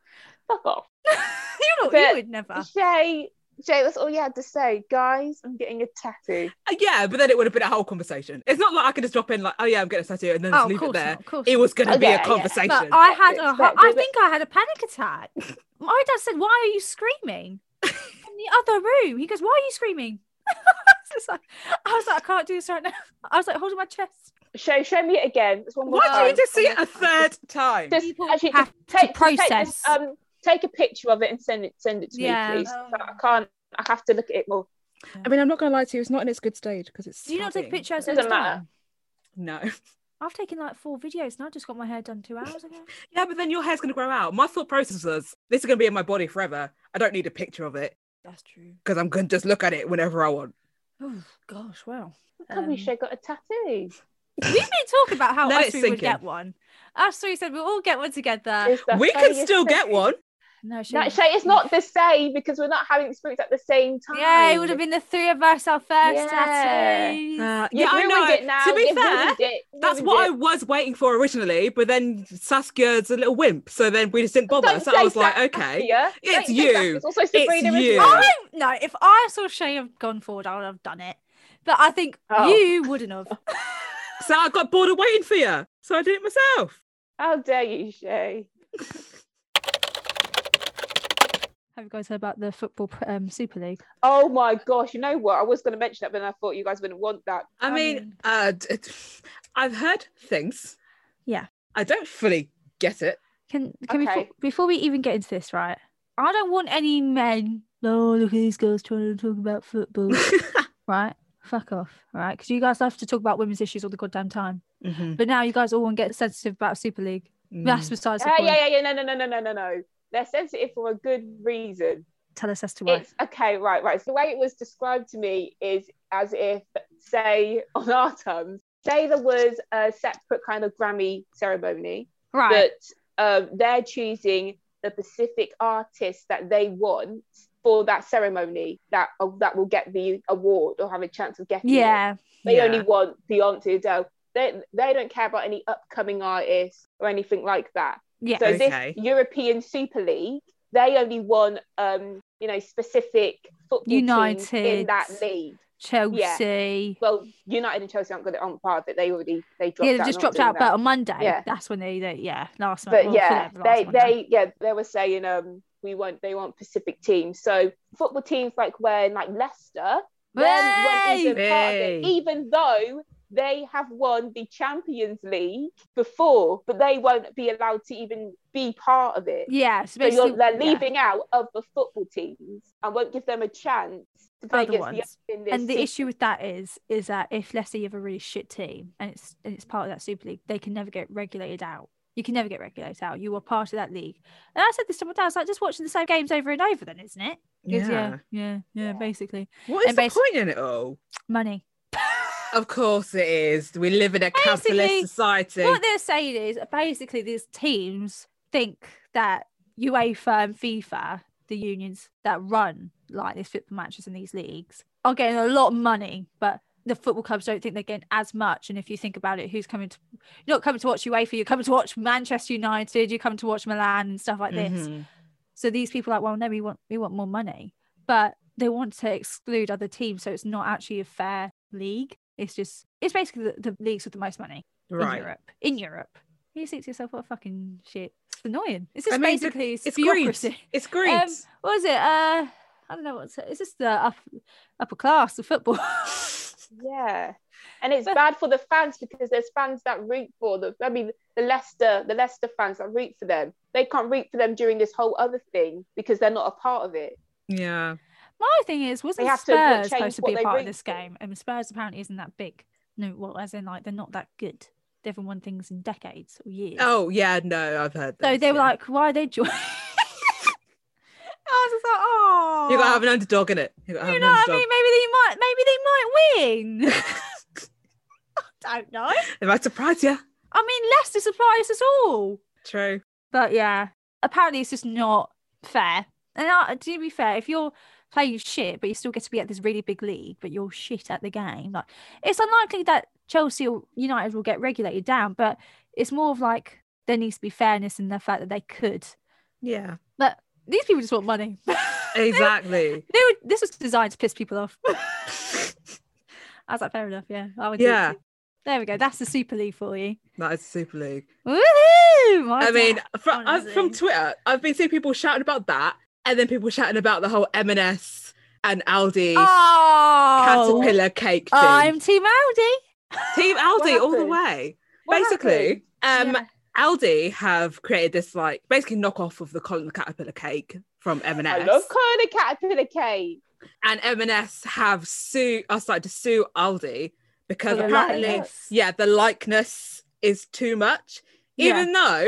Speaker 2: Fuck off.
Speaker 1: [LAUGHS] you're not, you
Speaker 2: But-
Speaker 1: would never.
Speaker 2: Shay, Shay, that's all you had to say. Guys, I'm getting a tattoo.
Speaker 3: Uh, yeah, but then it would have been a whole conversation. It's not like I could just drop in like, oh yeah, I'm getting a tattoo, and then just
Speaker 1: Oh, of
Speaker 3: leave it
Speaker 1: course
Speaker 3: there.
Speaker 1: not. Of course
Speaker 3: It was going to
Speaker 2: Oh,
Speaker 3: be
Speaker 2: yeah,
Speaker 3: a
Speaker 2: yeah.
Speaker 3: conversation.
Speaker 1: But I had a,
Speaker 2: That's
Speaker 1: ho-
Speaker 2: it,
Speaker 1: I
Speaker 2: but-
Speaker 1: think I had a panic attack. My dad said, "Why are you
Speaker 3: [LAUGHS]
Speaker 1: screaming?" In the other room, he goes, "Why are you screaming?" [LAUGHS] I was just like, I was like, I can't do this right now. [LAUGHS] I was like holding my chest.
Speaker 2: Show, show me it again. It's one more
Speaker 3: Why do you
Speaker 2: time.
Speaker 3: just see
Speaker 2: One
Speaker 3: it
Speaker 2: more
Speaker 3: a
Speaker 2: time.
Speaker 3: third time?
Speaker 2: Just
Speaker 1: People
Speaker 2: actually
Speaker 1: have
Speaker 2: just take
Speaker 1: to
Speaker 2: just Take,
Speaker 1: process.
Speaker 2: this, um, take a picture of it and send it send it to
Speaker 1: Yeah.
Speaker 2: me, please. I can't. I have to look at it more.
Speaker 3: I mean, I'm not going to lie to you. It's not in its good stage because it's.
Speaker 1: do you not take
Speaker 3: stabbing.
Speaker 1: pictures?
Speaker 2: Doesn't
Speaker 1: all the
Speaker 2: matter.
Speaker 1: time?
Speaker 3: No.
Speaker 1: I've taken like four videos and I just got my hair done two hours
Speaker 3: [LAUGHS]
Speaker 1: ago.
Speaker 3: Yeah, but then your hair's going to grow out. My thought process was this is going to be in my body forever. I don't need a picture of it
Speaker 1: That's true.
Speaker 3: because I'm going to just look at it whenever I want.
Speaker 1: Oh gosh, wow.
Speaker 2: Probably
Speaker 1: Um,
Speaker 2: Shay got a tattoo.
Speaker 1: We've been talking about how
Speaker 3: Let
Speaker 1: us
Speaker 3: it
Speaker 1: three
Speaker 3: sink
Speaker 1: would
Speaker 3: in.
Speaker 1: get one. Us three said we'll all get one together.
Speaker 2: Is the
Speaker 3: we can
Speaker 2: funniest
Speaker 3: still
Speaker 2: thing.
Speaker 3: get one.
Speaker 1: No, she
Speaker 2: No, Shay, it's not the same because we're not having experience at the same time.
Speaker 1: Yeah, it would have been the three of us our first
Speaker 2: Yeah.
Speaker 1: tattoos.
Speaker 3: Uh,
Speaker 2: You've
Speaker 3: yeah, I
Speaker 2: ruined
Speaker 3: know.
Speaker 2: It now.
Speaker 3: To be
Speaker 2: You've
Speaker 3: fair,
Speaker 2: ruined it. You've
Speaker 3: That's
Speaker 2: ruined
Speaker 3: what I
Speaker 2: it.
Speaker 3: was waiting for originally, but then Saskia's a little wimp, so then we just didn't bother.
Speaker 2: Don't
Speaker 3: so
Speaker 2: say
Speaker 3: I was like,
Speaker 2: that,
Speaker 3: okay.
Speaker 2: Sophia.
Speaker 3: it's
Speaker 2: Don't say that.
Speaker 3: you.
Speaker 2: It's also
Speaker 3: It's
Speaker 2: Sabrina as
Speaker 3: you.
Speaker 2: well.
Speaker 1: I no, if I saw Shay have gone forward, I would have done it. But I think
Speaker 2: Oh.
Speaker 1: you wouldn't
Speaker 2: [LAUGHS]
Speaker 1: have.
Speaker 3: So I got bored of waiting for you. So I did it myself.
Speaker 2: How dare you, Shay?
Speaker 1: Have you guys heard about the football pr- um, Super League?
Speaker 2: Oh my gosh, you know what? I was going to mention that, but then I thought you guys wouldn't want that.
Speaker 3: I,
Speaker 1: I
Speaker 3: mean,
Speaker 1: mean-
Speaker 3: uh, d- I've heard things.
Speaker 1: Yeah.
Speaker 3: I don't fully get it.
Speaker 1: Can can we
Speaker 2: Okay.
Speaker 1: fo- before we even get into this, right? I don't want any men. Oh, look at these girls trying to talk about football, right? Fuck off, all right? Because you guys have to talk about women's issues all the goddamn time. But now you guys all want to get sensitive about Super League. Mm-hmm.
Speaker 3: Mm,
Speaker 1: That's besides the
Speaker 2: Yeah,
Speaker 1: point.
Speaker 2: yeah, yeah, yeah. No, no, no, no, no, no, no. They're sensitive for a good reason.
Speaker 1: Tell us as to why.
Speaker 2: It's okay, right, right. So the way it was described to me is as if, say, [LAUGHS] on our terms, say there was a separate kind of Grammy ceremony,
Speaker 1: Right.
Speaker 2: but um, they're choosing the specific artist that they want for that ceremony that uh, that will get the award or have a chance of getting it.
Speaker 1: yeah.
Speaker 2: They
Speaker 3: Yeah.
Speaker 2: only want Beyonce, Adele. They they don't care about any upcoming artists or anything like that.
Speaker 1: Yeah.
Speaker 2: So
Speaker 3: Okay.
Speaker 2: this European Super League, they only want um, you know, specific football teams in
Speaker 1: United.
Speaker 2: that league.
Speaker 1: Chelsea.
Speaker 2: Well, United and Chelsea aren't good on par of it. They already they dropped
Speaker 1: Yeah, they've
Speaker 2: out
Speaker 1: just
Speaker 2: not
Speaker 1: dropped
Speaker 2: doing
Speaker 1: out,
Speaker 2: that.
Speaker 1: but on Monday,
Speaker 2: Yeah.
Speaker 1: that's when they, they yeah, last month.
Speaker 2: but
Speaker 1: well,
Speaker 2: yeah,
Speaker 1: for them, last
Speaker 2: they
Speaker 1: Monday.
Speaker 2: they yeah they were saying um we want they want Pacific teams. So football teams like when like Leicester, them weren't even part of
Speaker 3: Hey!
Speaker 2: it, even though they have won the Champions League before, but they won't be allowed to even be part of it.
Speaker 1: yeah, so
Speaker 2: So
Speaker 1: basically,
Speaker 2: you're, they're
Speaker 1: yeah.
Speaker 2: leaving out of the football teams and won't give them a chance to play
Speaker 1: Other
Speaker 2: against
Speaker 1: ones.
Speaker 2: the others in this
Speaker 1: And the
Speaker 2: season.
Speaker 1: issue with that is, is that if Leicester you have a really shit team and it's and it's part of that Super League, they can never get regulated out. You can never get regulated out. You are part of that league. And I said this to my dad, I was like, just watching the same games over and over, then, isn't it? He goes, yeah, yeah, yeah,
Speaker 2: Yeah.
Speaker 1: basically.
Speaker 3: What is
Speaker 1: And
Speaker 3: the
Speaker 1: basi-
Speaker 3: point in it all?
Speaker 1: Money.
Speaker 3: Of course it is. We live in a
Speaker 1: Basically,
Speaker 3: capitalist society.
Speaker 1: What they're saying is basically these teams think that UEFA and FIFA, the unions that run like these football matches in these leagues, are getting a lot of money, but the football clubs don't think they're getting as much. And if you think about it, who's coming to you're not coming to watch UEFA, you're coming to watch Manchester United, you come to watch Milan and stuff like this.
Speaker 3: Mhm.
Speaker 1: So these people are like, well, no, we want we want more money. But they want to exclude other teams, so it's not actually a fair league. It's just it's basically the, the leagues with the most money in
Speaker 3: Right.
Speaker 1: Europe. In Europe, you think to yourself, what fucking shit? It's annoying. It's just
Speaker 3: I mean, the-
Speaker 1: basically
Speaker 3: It's greed.
Speaker 1: bureaucracy.
Speaker 3: It's
Speaker 1: [LAUGHS]
Speaker 3: greed.
Speaker 1: Um, what is it? Uh, I don't know what's it's just the up, upper class of football. [LAUGHS]
Speaker 2: Yeah, and it's
Speaker 1: But-
Speaker 2: bad for the fans because there's fans that root for them. I mean, the Leicester, the Leicester fans that root for them, they can't root for them during this whole other thing because they're not a part of it.
Speaker 3: yeah.
Speaker 1: My thing is, wasn't
Speaker 2: have to
Speaker 1: Spurs
Speaker 2: change
Speaker 1: supposed to
Speaker 2: what
Speaker 1: be a
Speaker 2: they
Speaker 1: part of
Speaker 2: rate
Speaker 1: this
Speaker 2: them.
Speaker 1: game? And Spurs apparently isn't that big. No, well, as in like they're not that good. They haven't won things in decades or years.
Speaker 3: Oh yeah. No, I've heard.
Speaker 1: so
Speaker 3: this,
Speaker 1: they were
Speaker 3: yeah.
Speaker 1: like, why are they joining? [LAUGHS] I was just like, oh,
Speaker 3: you gotta have an underdog in it. You gotta have
Speaker 1: you
Speaker 3: an
Speaker 1: know what I
Speaker 3: underdog.
Speaker 1: mean? Maybe they might, maybe they might win. [LAUGHS] I don't know.
Speaker 3: It might surprise you.
Speaker 1: I mean, Leicester surprised us all.
Speaker 3: True.
Speaker 1: But yeah, apparently it's just not fair. And uh, to be fair, if you're playing shit, but you still get to be at this really big league, but you're shit at the game, like it's unlikely that Chelsea or United will get regulated down. But it's more of like there needs to be fairness in the fact that they could. [LAUGHS]
Speaker 3: Yeah.
Speaker 1: These people just want money. [LAUGHS] they
Speaker 3: Exactly.
Speaker 1: were, this was designed to piss people
Speaker 3: [LAUGHS]
Speaker 1: off. I was like, fair enough, yeah, I would. do it
Speaker 3: Yeah.
Speaker 1: too." There we go. That's the Super League for you.
Speaker 3: that is Super League.
Speaker 1: Woohoo!
Speaker 3: I mean, from, I-
Speaker 1: honestly.
Speaker 3: from Twitter, I've been seeing people shouting about that, and then people shouting about the whole M&S and Aldi
Speaker 1: oh,
Speaker 3: caterpillar cake thing.
Speaker 1: I'm Team Aldi.
Speaker 3: Team Aldi all the
Speaker 2: happened?
Speaker 3: way.
Speaker 2: What happened?
Speaker 3: basically, um,
Speaker 1: Yeah.
Speaker 3: Aldi have created this like basically knockoff of the Colin the Caterpillar cake from M&S.
Speaker 2: I love calling a caterpillar cake.
Speaker 3: and M&S have sue are started to sue Aldi because
Speaker 1: For the
Speaker 3: apparently
Speaker 1: likeness.
Speaker 3: yeah the likeness is too much even though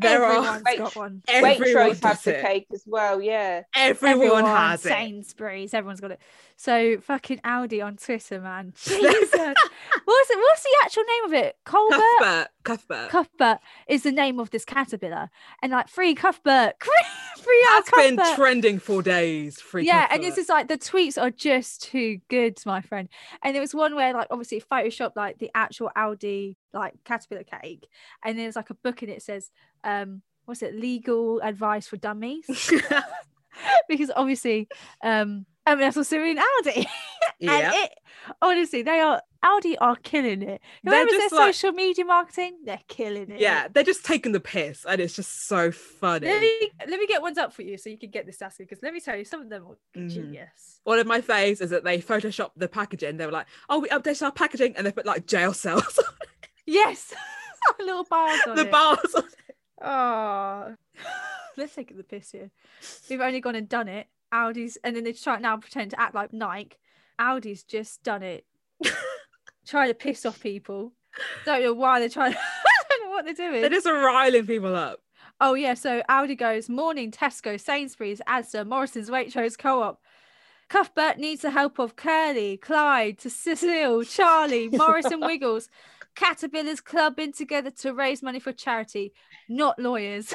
Speaker 3: there
Speaker 1: Everyone's
Speaker 3: are
Speaker 2: Wait,
Speaker 1: got one.
Speaker 3: everyone
Speaker 2: Waitrose
Speaker 3: does
Speaker 2: has the
Speaker 3: it.
Speaker 2: cake as well. Yeah,
Speaker 3: [LAUGHS] everyone, has it
Speaker 1: Sainsbury's, everyone's got it. So fucking Aldi on Twitter,
Speaker 3: [LAUGHS]
Speaker 1: man. Jesus. what's it? What's the actual name of it? Colbert.
Speaker 3: Cuthbert Cuthbert
Speaker 1: Cuthbert is the name of this caterpillar, and like free Cuthbert, [LAUGHS] free our
Speaker 3: that's been
Speaker 1: Cuthbert.
Speaker 3: trending for days free
Speaker 1: yeah,
Speaker 3: Cuthbert.
Speaker 1: and it's just like the tweets are just too good, my friend. And there was one where like obviously Photoshop like the actual Aldi like caterpillar cake, and there's like a book and it says, um, what's it? Legal advice for dummies.
Speaker 3: [LAUGHS]
Speaker 1: [LAUGHS] because obviously um M&S was suing Aldi. [LAUGHS]
Speaker 3: yeah
Speaker 1: And it honestly they are Aldi are killing it.
Speaker 3: They're
Speaker 1: Whoever's their
Speaker 3: just like-
Speaker 1: social media marketing, they're killing it.
Speaker 3: yeah they're just taking the piss and it's just so
Speaker 1: Let
Speaker 3: funny
Speaker 1: me, let me get ones up for you so you can get this Saskia because let me tell you some of them are
Speaker 3: Mhm.
Speaker 1: genius.
Speaker 3: one of my faves is that they photoshopped the packaging they were like oh we updated our packaging and they put like jail cells
Speaker 1: Yes. [LAUGHS] little bars on
Speaker 3: the
Speaker 1: it.
Speaker 3: bars [LAUGHS] on
Speaker 1: [LAUGHS] Oh. Let's take the piss here. We've only gone and done it. Audi's and then they try now pretend to act like Nike. Audi's just done it. trying to piss off people. Don't know why they're trying. [LAUGHS] I don't know what they're doing.
Speaker 3: They're just riling people up.
Speaker 1: Oh yeah, so Audi goes morning Tesco, Sainsbury's, Asda, Morrison's, Waitrose, Co-op. Cuthbert needs the help of Curly, Clyde, to Cecile, Charlie, Morrison, Wiggles. Caterpillars club in together to raise money for charity, not lawyers.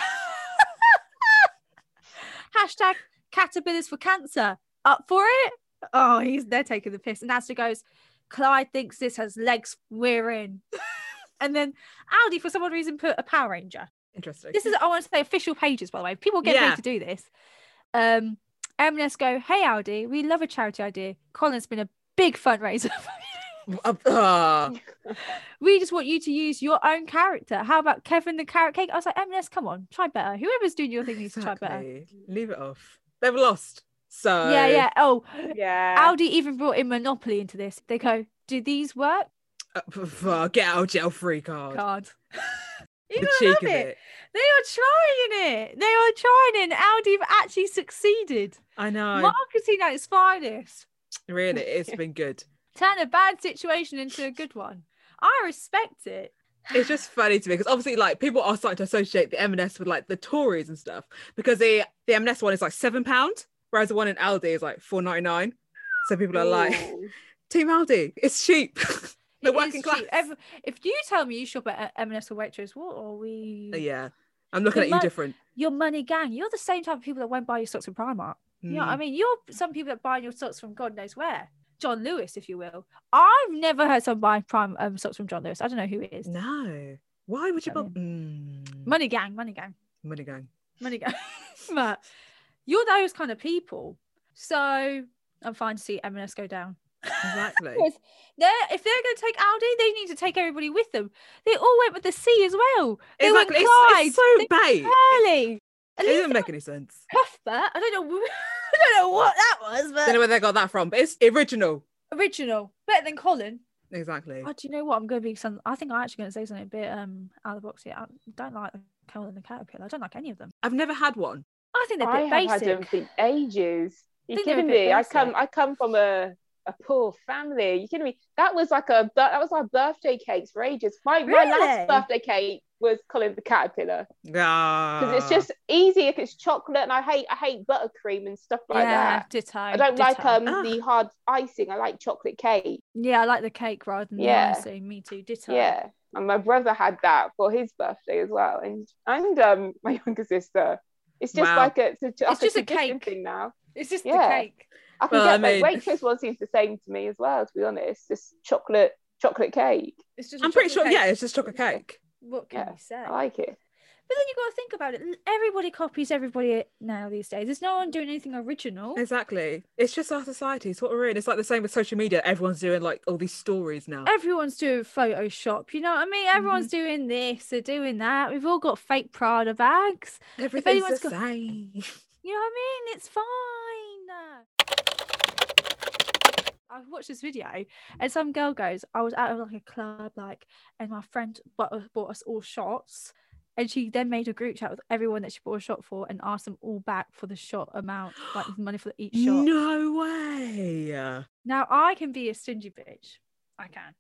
Speaker 1: [LAUGHS] Hashtag Caterpillars for Cancer. Up for it? Oh, he's they're taking the piss. And Asda goes, Clyde thinks this has legs. We're in. [LAUGHS] and then Audi, for some odd reason, put a Power Ranger
Speaker 3: Interesting.
Speaker 1: this is I want to say official pages by the way. People get
Speaker 3: Yeah.
Speaker 1: paid to do this. Um, M&S go, hey Aldi, we love a charity idea. Colin's been a big fundraiser. [LAUGHS]
Speaker 3: Uh, uh,
Speaker 1: we just want you to use your own character. How about Kevin the carrot cake? I was like, M&S, come on, try better. Whoever's doing your thing needs to try better.
Speaker 3: exactly. Leave it off. They've lost. So
Speaker 1: Yeah, yeah. Oh,
Speaker 2: yeah.
Speaker 1: Aldi even brought in Monopoly into this. They go, do these work?
Speaker 3: uh, p- f- uh, get out of jail free card.
Speaker 1: Card. [LAUGHS] You
Speaker 3: The
Speaker 1: gotta
Speaker 3: cheek
Speaker 1: love
Speaker 3: of
Speaker 1: it.
Speaker 3: it.
Speaker 1: They are trying it. They are trying it. And Aldi have actually succeeded.
Speaker 3: I know.
Speaker 1: Marketing at its finest. [LAUGHS]
Speaker 3: Really, it's been good.
Speaker 1: turn a bad situation into a good one. I respect it.
Speaker 3: It's just funny to me because obviously, like people are starting to associate the M&S with like the Tories and stuff because the the M&S one is like seven pound, whereas the one in Aldi is like four ninety nine. So people are like,
Speaker 2: Ooh.
Speaker 3: Team Aldi, it's cheap. the
Speaker 1: It is
Speaker 3: working class.
Speaker 1: cheap. Ev- if you tell me you shop at uh, M&S or Waitrose, what are we?
Speaker 3: Uh, yeah, I'm looking
Speaker 1: The
Speaker 3: at you
Speaker 1: mo-
Speaker 3: different.
Speaker 1: Your money gang. You're the same type of people that won't buy your socks from Primark. You know what I
Speaker 3: Mm.
Speaker 1: mean? You're some people that buy your socks from God knows where. John Lewis, if you will. I've never heard someone buy prime um, socks from John Lewis. I don't know who it
Speaker 3: Mm.
Speaker 1: is.
Speaker 3: No. Why would you
Speaker 1: I
Speaker 3: buy mm,
Speaker 1: Money gang, money gang.
Speaker 3: money gang?
Speaker 1: money [LAUGHS] go. but you're those kind of people. So I'm fine to see M&S go down.
Speaker 3: Exactly.
Speaker 1: Yes. They're, if they're going to take Aldi, they need to take everybody with them. They all went with the sea as well. They went
Speaker 3: exactly. It's,
Speaker 1: Clyde,
Speaker 3: it's so bait.
Speaker 1: Curly. At
Speaker 3: It
Speaker 1: least
Speaker 3: doesn't make any sense.
Speaker 1: Cuthbert. I don't know. [LAUGHS] I don't know what that was,
Speaker 3: I
Speaker 1: but
Speaker 3: don't know where they got that from, but it's original.
Speaker 1: original, better than Colin.
Speaker 3: Exactly.
Speaker 1: Oh, do you know what? I'm going to be some. I think I'm actually going to say something a bit um out of the box here. I don't like Colin and the Caterpillar. I don't like any of them.
Speaker 3: I've never had one.
Speaker 1: I think they're a
Speaker 2: I
Speaker 1: bit
Speaker 2: have had
Speaker 1: basic.
Speaker 2: them for ages. You
Speaker 1: Think they're a
Speaker 2: kidding
Speaker 1: bit
Speaker 2: me? I come
Speaker 1: basic.
Speaker 2: I come from a a poor family. You kidding me? That was like a bir- that was our birthday cakes for ages. My my
Speaker 1: Really?
Speaker 2: last birthday cake was Colin the Caterpillar because
Speaker 3: Because
Speaker 2: it's just easy if it's chocolate. And I hate I hate buttercream and stuff like
Speaker 1: yeah,
Speaker 2: that.
Speaker 1: ditto.
Speaker 2: I don't like um
Speaker 3: Ah.
Speaker 2: the hard icing. I like chocolate cake.
Speaker 1: Yeah, I like the cake rather than
Speaker 2: Yeah.
Speaker 1: the icing. Me too. Ditto.
Speaker 2: Yeah. And my brother had that for his birthday as well. And and um my [LAUGHS] younger sister. It's just
Speaker 3: Wow.
Speaker 2: like a, it's a,
Speaker 1: It's just a cake.
Speaker 2: thing now.
Speaker 1: It's just the
Speaker 2: Yeah.
Speaker 1: cake.
Speaker 2: I can
Speaker 3: Well, I
Speaker 2: get that.
Speaker 3: mean-
Speaker 1: [LAUGHS]
Speaker 2: Waitrose one seems the same to me as well. To be honest, just chocolate chocolate cake.
Speaker 1: It's just. a
Speaker 3: I'm pretty sure,
Speaker 1: chocolate
Speaker 3: yeah,
Speaker 1: cake.
Speaker 3: it's just chocolate cake.
Speaker 1: What can
Speaker 2: yeah,
Speaker 1: you say?
Speaker 2: I like it.
Speaker 1: But then you got to think about it. l- Everybody copies everybody now these days. There's no one doing anything original.
Speaker 3: Exactly. It's just our society. It's what we're in. It's like the same with social media. Everyone's doing like all these stories now.
Speaker 1: Everyone's doing Photoshop. You know what I mean? Everyone's doing this. They're doing that. We've all got fake Prada bags.
Speaker 3: Everything's
Speaker 1: anyone's
Speaker 3: the
Speaker 1: got-
Speaker 3: same.
Speaker 1: You know what I mean? It's fine. I watched this video and some girl goes, I was out of like a club, like, and my friend bought, uh, bought us all shots. And she then made a group chat with everyone that she bought a shot for and asked them all back for the shot amount, like the money for each shot.
Speaker 3: No way.
Speaker 1: Now I can be a stingy bitch. I can.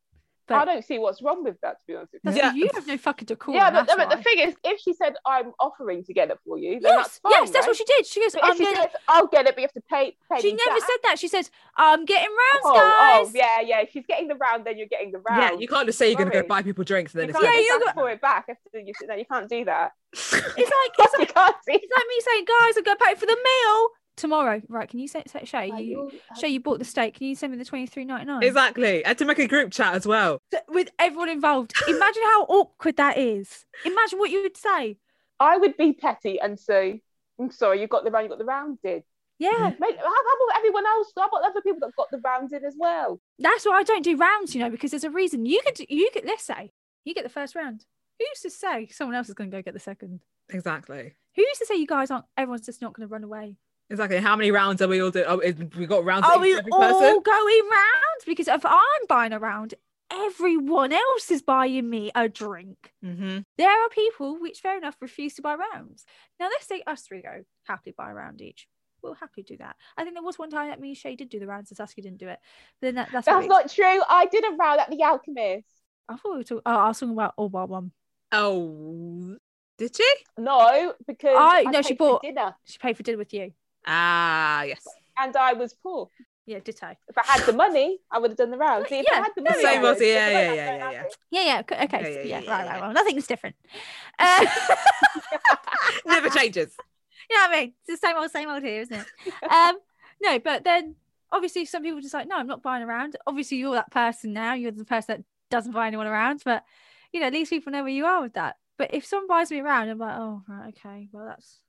Speaker 1: But-
Speaker 2: I don't see what's wrong with that. To be honest, with
Speaker 1: But
Speaker 2: you.
Speaker 3: Yeah.
Speaker 1: You have no fucking decorum.
Speaker 2: yeah, but,
Speaker 1: that's
Speaker 2: but the
Speaker 1: why.
Speaker 2: thing is, if she said I'm offering to get it for you, then
Speaker 1: yes,
Speaker 2: that's fine.
Speaker 1: yes, that's
Speaker 2: right?
Speaker 1: what she did. She goes,
Speaker 2: But
Speaker 1: I'm
Speaker 2: if she
Speaker 1: gonna.
Speaker 2: says I'll get it, but you have to pay. pay
Speaker 1: she
Speaker 2: me
Speaker 1: never
Speaker 2: back.
Speaker 1: said that. She said, "I'm getting rounds,
Speaker 2: Oh,
Speaker 1: guys."
Speaker 2: oh, yeah, yeah. If she's getting the round, then you're getting the round.
Speaker 3: Yeah, you can't just say you're going to go
Speaker 2: Sorry.
Speaker 3: buy people drinks and then
Speaker 2: You
Speaker 3: it's
Speaker 2: can't
Speaker 1: Yeah,
Speaker 3: [LAUGHS]
Speaker 2: just
Speaker 1: you
Speaker 2: ask
Speaker 1: got-
Speaker 2: for it back after you sit down. You can't do
Speaker 1: [LAUGHS]
Speaker 2: that.
Speaker 3: like-
Speaker 1: It's like
Speaker 2: you [LAUGHS]
Speaker 1: it's like
Speaker 2: can't do
Speaker 1: it's like me saying, "Guys, I'm going back for the meal tomorrow." Right? Can you say, say Shay,
Speaker 2: that.
Speaker 1: you Shay, you bought the steak. Can you send me the twenty three ninety nine?
Speaker 3: Exactly. And to make a group chat as well.
Speaker 1: With everyone involved. Imagine how awkward that is. Imagine what you would say.
Speaker 2: I would be petty and say, I'm sorry, you got the round, you got the round, did.
Speaker 1: Yeah,
Speaker 2: Mate, how, how about everyone else? How about other people that got the rounds in as well?
Speaker 1: That's why I don't do rounds, you know, because there's a reason. You could, you could. Let's say you get the first round. Who's to say someone else is going to go get the second?
Speaker 3: Exactly.
Speaker 1: Who's to say you guys aren't? Everyone's just not going to run away.
Speaker 3: Exactly. How many rounds are we all doing? Oh, is- we got rounds
Speaker 1: Are
Speaker 3: for
Speaker 1: we
Speaker 3: every
Speaker 1: all
Speaker 3: person.
Speaker 1: going round? Because if I'm buying a round, everyone else is buying me a drink.
Speaker 3: Mm-hmm.
Speaker 1: There are people which, fair enough, refuse to buy rounds. Now let's say us three go happily buy a round each. We'll happily do that. I think there was one time that me and Shay did do the rounds, and Saskia didn't do it. Then that, that's, what
Speaker 2: That's
Speaker 1: we-
Speaker 2: not true. I did a round at the Alchemist.
Speaker 1: I thought we were talking. Oh, I was talking about all bar one.
Speaker 3: Oh, did she?
Speaker 2: No, because
Speaker 1: I- no, she
Speaker 2: paid for
Speaker 1: bought-
Speaker 2: dinner
Speaker 1: She paid for dinner with you.
Speaker 3: Ah, yes.
Speaker 2: and I was poor.
Speaker 1: Yeah, ditto.
Speaker 2: If I had the money, I would have done the rounds. See, if I
Speaker 1: Yeah,
Speaker 2: had the
Speaker 1: no,
Speaker 2: money,
Speaker 1: Same
Speaker 2: I would.
Speaker 3: as- yeah,
Speaker 2: If I don't
Speaker 3: yeah, yeah,
Speaker 2: have the
Speaker 3: yeah,
Speaker 2: money,
Speaker 1: Yeah, yeah, co- okay,
Speaker 3: Yeah,
Speaker 1: so-
Speaker 3: yeah,
Speaker 1: yeah,
Speaker 3: yeah,
Speaker 1: right,
Speaker 3: yeah,
Speaker 1: right,
Speaker 3: yeah.
Speaker 1: well, nothing's
Speaker 3: [LAUGHS]
Speaker 1: different. Uh, [LAUGHS] you know
Speaker 3: Never changes.
Speaker 1: what I mean? It's the same old, same old here, isn't it? Um, no, but then obviously some people just like, no, I'm not buying around. Obviously, you're that person now. You're the person that doesn't buy anyone around, but you know, at least people know where you are with that. But if someone buys me around, I'm like, oh, right, okay, well, that's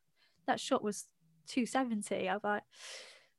Speaker 1: that shot was 270. I'm like,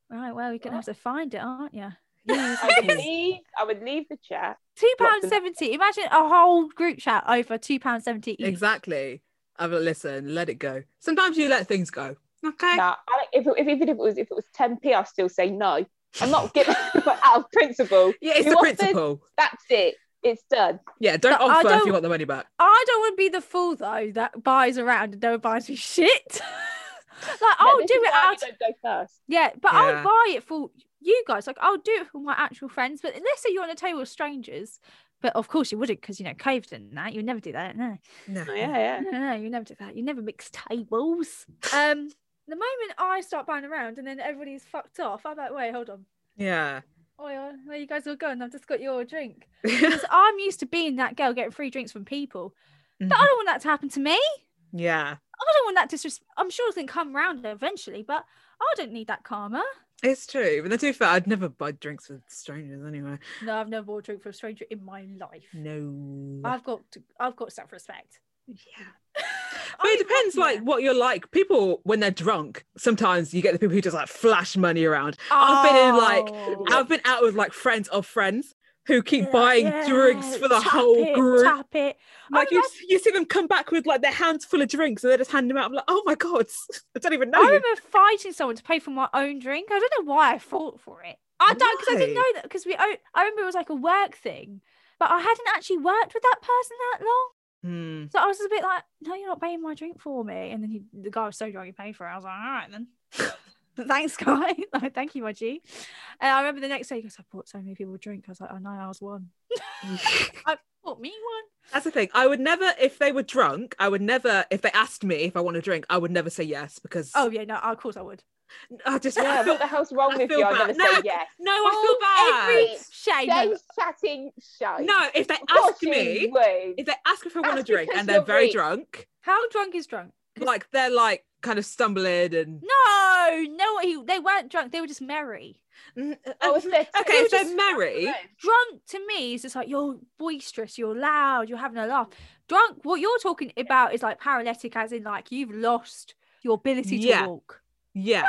Speaker 1: right, well, you're gonna have to find it, aren't you?
Speaker 2: I
Speaker 3: [LAUGHS]
Speaker 2: would leave. I would leave the chat.
Speaker 1: Two
Speaker 2: Not
Speaker 1: pounds
Speaker 2: the-
Speaker 1: seventy. Imagine a whole group chat over two pounds seventy each.
Speaker 3: Exactly. I've listen, let it go. Sometimes you let things go. Okay.
Speaker 2: Nah, I, don't- if, it- if even if it was if it was 10p, I'd still say no. I'm not giving [LAUGHS] but out of principle.
Speaker 3: Yeah, it's
Speaker 2: You
Speaker 3: the
Speaker 2: want this?
Speaker 3: principle.
Speaker 2: That's it. It's done.
Speaker 3: Yeah, don't
Speaker 1: But I
Speaker 3: offer if
Speaker 1: don't-
Speaker 3: you want the money back.
Speaker 1: I don't want to be the fool though that buys around and never buys me shit. [LAUGHS] like
Speaker 2: Yeah,
Speaker 1: I'll Oh,
Speaker 2: this
Speaker 1: do
Speaker 2: is
Speaker 1: it
Speaker 2: why
Speaker 1: out.
Speaker 2: You don't go first.
Speaker 1: Yeah, but
Speaker 3: Yeah.
Speaker 1: I'll buy it for you guys. Like I'll do it for my actual friends. But let's say you're on a table with strangers. But of course you wouldn't, because you know COVID and that. You'd never do that. No,
Speaker 3: No.
Speaker 2: Oh, yeah, yeah.
Speaker 1: no, no. You never do that. You never mix tables. Um, the moment I start buying around and then everybody's fucked off, I'm like, wait, hold on.
Speaker 3: Yeah. [LAUGHS]
Speaker 1: Oh, where you guys all going? I've just got your drink. Because I'm used to being that girl getting free drinks from people. But I
Speaker 2: Mm-hmm.
Speaker 3: Mhm.
Speaker 1: don't want that to happen to me.
Speaker 3: yeah.
Speaker 1: I don't want that disrespect. I'm sure it's going to come round eventually, but I don't need that karma.
Speaker 3: It's true. But then to be fair, I'd never buy drinks with strangers anyway.
Speaker 1: No, I've never bought a drink from a stranger in my life.
Speaker 3: No.
Speaker 1: I've got, I've got self-respect. [LAUGHS]
Speaker 3: yeah.
Speaker 1: I
Speaker 3: But it depends, like, what you're like. People, when they're drunk, sometimes you get the people who just like flash money around. I've been in, like,
Speaker 1: Oh.
Speaker 3: I've been out with like friends of friends who keep
Speaker 1: Yeah,
Speaker 3: buying
Speaker 1: yeah.
Speaker 3: drinks for the
Speaker 1: Tap
Speaker 3: whole
Speaker 1: it,
Speaker 3: group.
Speaker 1: Tap it.
Speaker 3: Like, you,
Speaker 1: remember-
Speaker 3: you see them come back with like their hands full of drinks and they just hand them out. I'm like, oh my God, [LAUGHS] I don't even know.
Speaker 1: I
Speaker 3: you."
Speaker 1: remember fighting someone to pay for my own drink. I don't know why I fought for it. I don't because I didn't
Speaker 3: Why?
Speaker 1: know that because we. o- I remember it was like a work thing, but I hadn't actually worked with that person that long.
Speaker 3: Hmm.
Speaker 1: So I was a bit like, no, you're not paying my drink for me. And then he, the guy was so drunk he paid for it. I was like, all right then. [LAUGHS] Thanks, guy. [LAUGHS] like, thank you, my G. And I remember the next day he goes, I bought so many people a drink. I was like, oh no, I was one. I bought me one.
Speaker 3: That's the thing. I would never, if they were drunk, I would never, if they asked me if I want a drink, I would never say yes because
Speaker 1: Oh yeah, no, of course I would.
Speaker 3: I just
Speaker 2: Yeah,
Speaker 3: I feel,
Speaker 2: what the hell's wrong
Speaker 3: I
Speaker 2: with
Speaker 3: feel
Speaker 2: you? I
Speaker 3: bad.
Speaker 2: never
Speaker 3: No,
Speaker 2: say yes.
Speaker 3: no, I feel
Speaker 1: Every
Speaker 3: bad.
Speaker 1: shade.
Speaker 2: Stay
Speaker 1: of-
Speaker 2: chatting shy.
Speaker 3: No, if they
Speaker 2: Of course
Speaker 3: ask
Speaker 2: you
Speaker 3: me,
Speaker 2: would.
Speaker 3: if they ask if I want a
Speaker 2: That's
Speaker 3: drink
Speaker 2: because
Speaker 3: and they're
Speaker 2: you're
Speaker 3: very
Speaker 2: rich.
Speaker 3: drunk,
Speaker 1: How drunk is drunk? 'Cause-
Speaker 3: like they're like kind of stumbling and
Speaker 1: No, no, he, they weren't drunk. They were just merry.
Speaker 3: Mm, uh,
Speaker 2: Oh, if they're
Speaker 3: okay, if
Speaker 2: just-
Speaker 3: they're merry,
Speaker 1: Drunk to me is just like you're boisterous, you're loud, you're having a laugh. Drunk, what you're talking about is like paralytic, as in like you've lost your ability to
Speaker 3: Yeah.
Speaker 1: walk.
Speaker 3: yeah,
Speaker 1: No,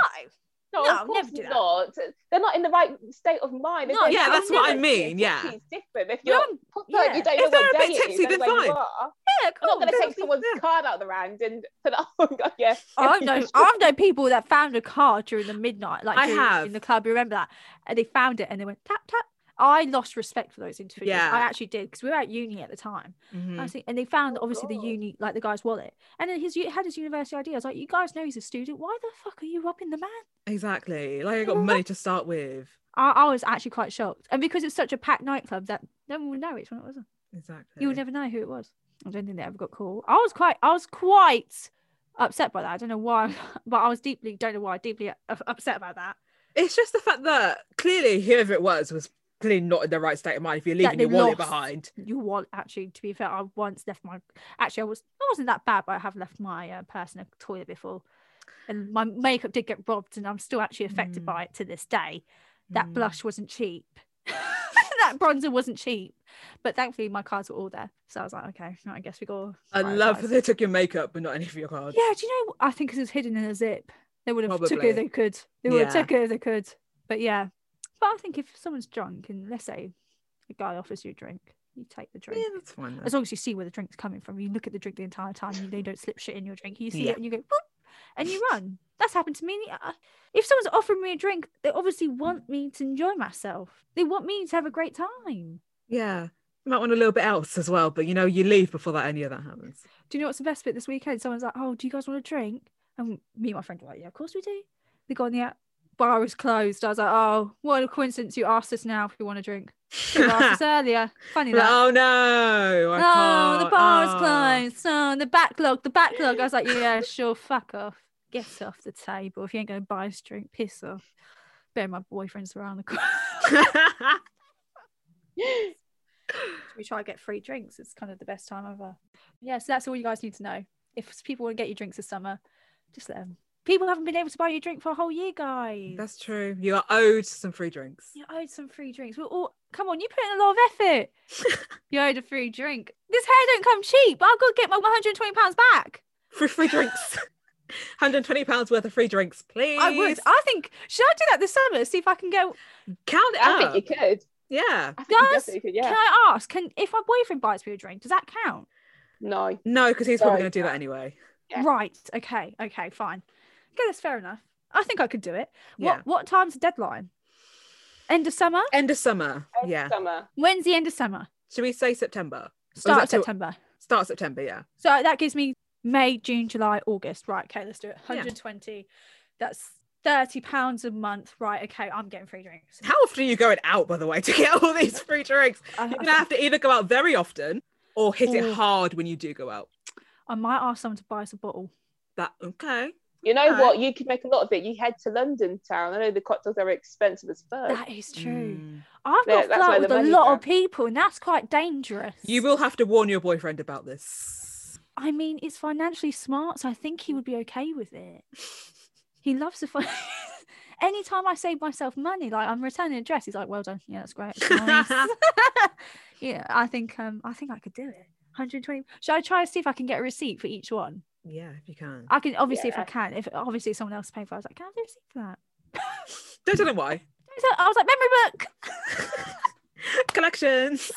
Speaker 2: No,
Speaker 1: No,
Speaker 2: of course
Speaker 1: never do that.
Speaker 2: not. They're not in the right state of mind. If
Speaker 1: No,
Speaker 2: they're
Speaker 1: yeah,
Speaker 2: not-
Speaker 3: that's what I
Speaker 2: no,
Speaker 3: mean, yeah.
Speaker 2: tipsy is different.
Speaker 1: When
Speaker 2: If you're
Speaker 1: I'm-
Speaker 2: put
Speaker 1: yeah.
Speaker 2: you don't
Speaker 3: If
Speaker 2: know
Speaker 3: they're a
Speaker 2: what
Speaker 3: bit
Speaker 2: day it is,
Speaker 3: tipsy,
Speaker 2: you don't
Speaker 3: then
Speaker 2: know where you
Speaker 3: fine.
Speaker 2: are.
Speaker 1: yeah,
Speaker 2: I'm
Speaker 1: cool.
Speaker 2: not going to
Speaker 3: Cool.
Speaker 2: take someone's
Speaker 3: Yeah.
Speaker 2: card out of the hand and [LAUGHS] put it on. God, yeah.
Speaker 1: I've
Speaker 3: [LAUGHS]
Speaker 2: [LAUGHS] Yeah, you
Speaker 1: known
Speaker 2: should.
Speaker 1: I've known people that found a car during the midnight, like
Speaker 3: I
Speaker 1: during-
Speaker 3: have.
Speaker 1: in the club. You remember that? And they found it and they went tap tap. I lost respect for those individuals.
Speaker 3: Yeah.
Speaker 1: I actually did because we were at uni at the time.
Speaker 3: Mhm.
Speaker 1: I see, and they found
Speaker 2: Oh,
Speaker 1: obviously
Speaker 2: God.
Speaker 1: the uni, like the guy's wallet, and then his u- had his university ID. I was like, you guys know he's a student. Why the fuck are you robbing the man?
Speaker 3: exactly. Like I got
Speaker 1: Well,
Speaker 3: money to start with,
Speaker 1: I, I was actually quite shocked, and because it's such a packed nightclub that no one would know which one it was.
Speaker 3: exactly.
Speaker 1: You would never know who it was. I don't think they ever got caught. I was quite, I was quite upset by that. I don't know why, [LAUGHS] but I was deeply, don't know why, deeply u- upset about that.
Speaker 3: It's just the fact that clearly whoever it was was clearly not in the right state of mind. If you're leaving
Speaker 1: they
Speaker 3: your wallet
Speaker 1: lost.
Speaker 3: behind,
Speaker 1: You want actually, to be fair, I once left my. Actually, I was, I wasn't that bad, but I have left my uh, purse in a toilet before, and my makeup did get robbed, and I'm still actually affected
Speaker 3: Mm.
Speaker 1: by it to this day. That
Speaker 3: Mm.
Speaker 1: blush wasn't cheap. [LAUGHS] that bronzer wasn't cheap, but thankfully my cards were all there, so I was like, okay, right, I guess we go.
Speaker 3: I love that they took your makeup but not any of your cards.
Speaker 1: Yeah, do you know? I think 'cause it was hidden in a zip. They would have took it
Speaker 3: Probably.
Speaker 1: if they could. They would have
Speaker 3: Yeah.
Speaker 1: took it if they could. But yeah, but I think if someone's drunk and let's say a guy offers you a drink, you take the drink.
Speaker 3: Yeah, that's fine.
Speaker 1: As long as you see where the drink's coming from, you look at the drink the entire time. You they don't slip shit in your drink. You see
Speaker 3: Yeah.
Speaker 1: it and you go, boop, and you run. That's happened to me. I- If someone's offering me a drink, they obviously want me to enjoy myself. They want me to have a great time.
Speaker 3: Yeah. You might want a little bit else as well, but you know, you leave before that any of that happens.
Speaker 1: do you know what's the best bit this weekend? Someone's like, oh, do you guys want a drink? And me and my friend were like, yeah, of course we do. They go on the app, bar is closed. I was like, oh, what a coincidence. You asked us now if we want a drink. You
Speaker 3: [LAUGHS]
Speaker 1: asked us earlier. Funny
Speaker 3: Like,
Speaker 1: that.
Speaker 3: oh no. I
Speaker 1: oh, the
Speaker 3: can't.
Speaker 1: bar
Speaker 3: Oh."
Speaker 1: is closed. Oh, the backlog, the backlog. I was like, yeah, sure, fuck off. Get off the table. If you ain't going to buy us a drink, piss off. Bear my boyfriend's around the corner.
Speaker 3: Ah.
Speaker 1: we try to get free drinks. It's kind of the best time ever. Yeah, so that's all you guys need to know. If s- people want to get you drinks this summer, just let them. People haven't been able to buy you a drink for a whole year, guys.
Speaker 3: [LAUGHS] That's true. You are owed some free drinks.
Speaker 1: you owed some free drinks. We're all come on, you put in a lot of effort. you owed a free drink. This hair don't come cheap. I've got to get my 120 pounds back.
Speaker 3: Free free drinks. [LAUGHS] 120 pounds worth of free drinks, please.
Speaker 1: I would. I think should I do that this summer? See if I can go.
Speaker 3: Count it
Speaker 2: I
Speaker 3: up.
Speaker 2: think you could.
Speaker 3: Yeah.
Speaker 2: I think you
Speaker 1: Guys,
Speaker 2: definitely could,
Speaker 1: Can
Speaker 2: yeah.
Speaker 1: I ask? Can if my boyfriend buys me a drink, does that count?
Speaker 2: No.
Speaker 3: No, because he's probably
Speaker 2: Sorry.
Speaker 3: going to do that anyway.
Speaker 2: Yeah.
Speaker 1: Right. Okay. Okay. Fine. Okay, that's fair enough. I think I could do it.
Speaker 3: Yeah.
Speaker 1: What what time's the deadline? End of summer?
Speaker 3: End of summer.
Speaker 2: End
Speaker 3: Yeah.
Speaker 2: Summer.
Speaker 1: When's the end of summer?
Speaker 3: Should we say September?
Speaker 1: Start of
Speaker 3: that till-
Speaker 1: September.
Speaker 3: Start September, yeah.
Speaker 1: So that gives me May, June, July, August. Right, okay, let's do it.
Speaker 3: Yeah.
Speaker 1: 120. That's 30 pounds a month. Right, okay, I'm getting free
Speaker 3: [LAUGHS]
Speaker 1: drinks.
Speaker 3: How often are you going out, by the way, to get all these free drinks?
Speaker 1: I, I
Speaker 3: You're
Speaker 1: think
Speaker 3: gonna have to either go out very often or hit
Speaker 1: Or-
Speaker 3: it hard when you do go out.
Speaker 1: I might ask someone to buy us a bottle.
Speaker 3: That okay?
Speaker 2: You know
Speaker 3: Alright.
Speaker 2: what? You could make a lot of it. You head to London town. I know the cocktails are expensive as fuck.
Speaker 1: That is true.
Speaker 3: Mm.
Speaker 1: I've
Speaker 2: Yeah,
Speaker 1: got
Speaker 2: that's where
Speaker 1: flirt
Speaker 2: the
Speaker 1: with a
Speaker 2: money's
Speaker 1: lot
Speaker 2: at.
Speaker 1: of people, and that's quite dangerous.
Speaker 3: You will have to warn your boyfriend about this.
Speaker 1: I mean, it's financially smart, so I think he would be okay with it. He loves the fun. [LAUGHS] Anytime I save myself money, like I'm returning a dress, he's like, "Well done, yeah, that's great." It's
Speaker 3: [LAUGHS]
Speaker 1: nice." yeah, I think um, I think I could do it. 120. Should I try to see if I can get a receipt for each one?
Speaker 3: Yeah, if you can.
Speaker 1: I can obviously if I
Speaker 2: Yeah.
Speaker 1: can, if obviously someone else is paying for it, I was like, Can I have a receipt for that?
Speaker 3: Don't tell them [LAUGHS] why.
Speaker 1: So I was like, memory book.
Speaker 3: Collections.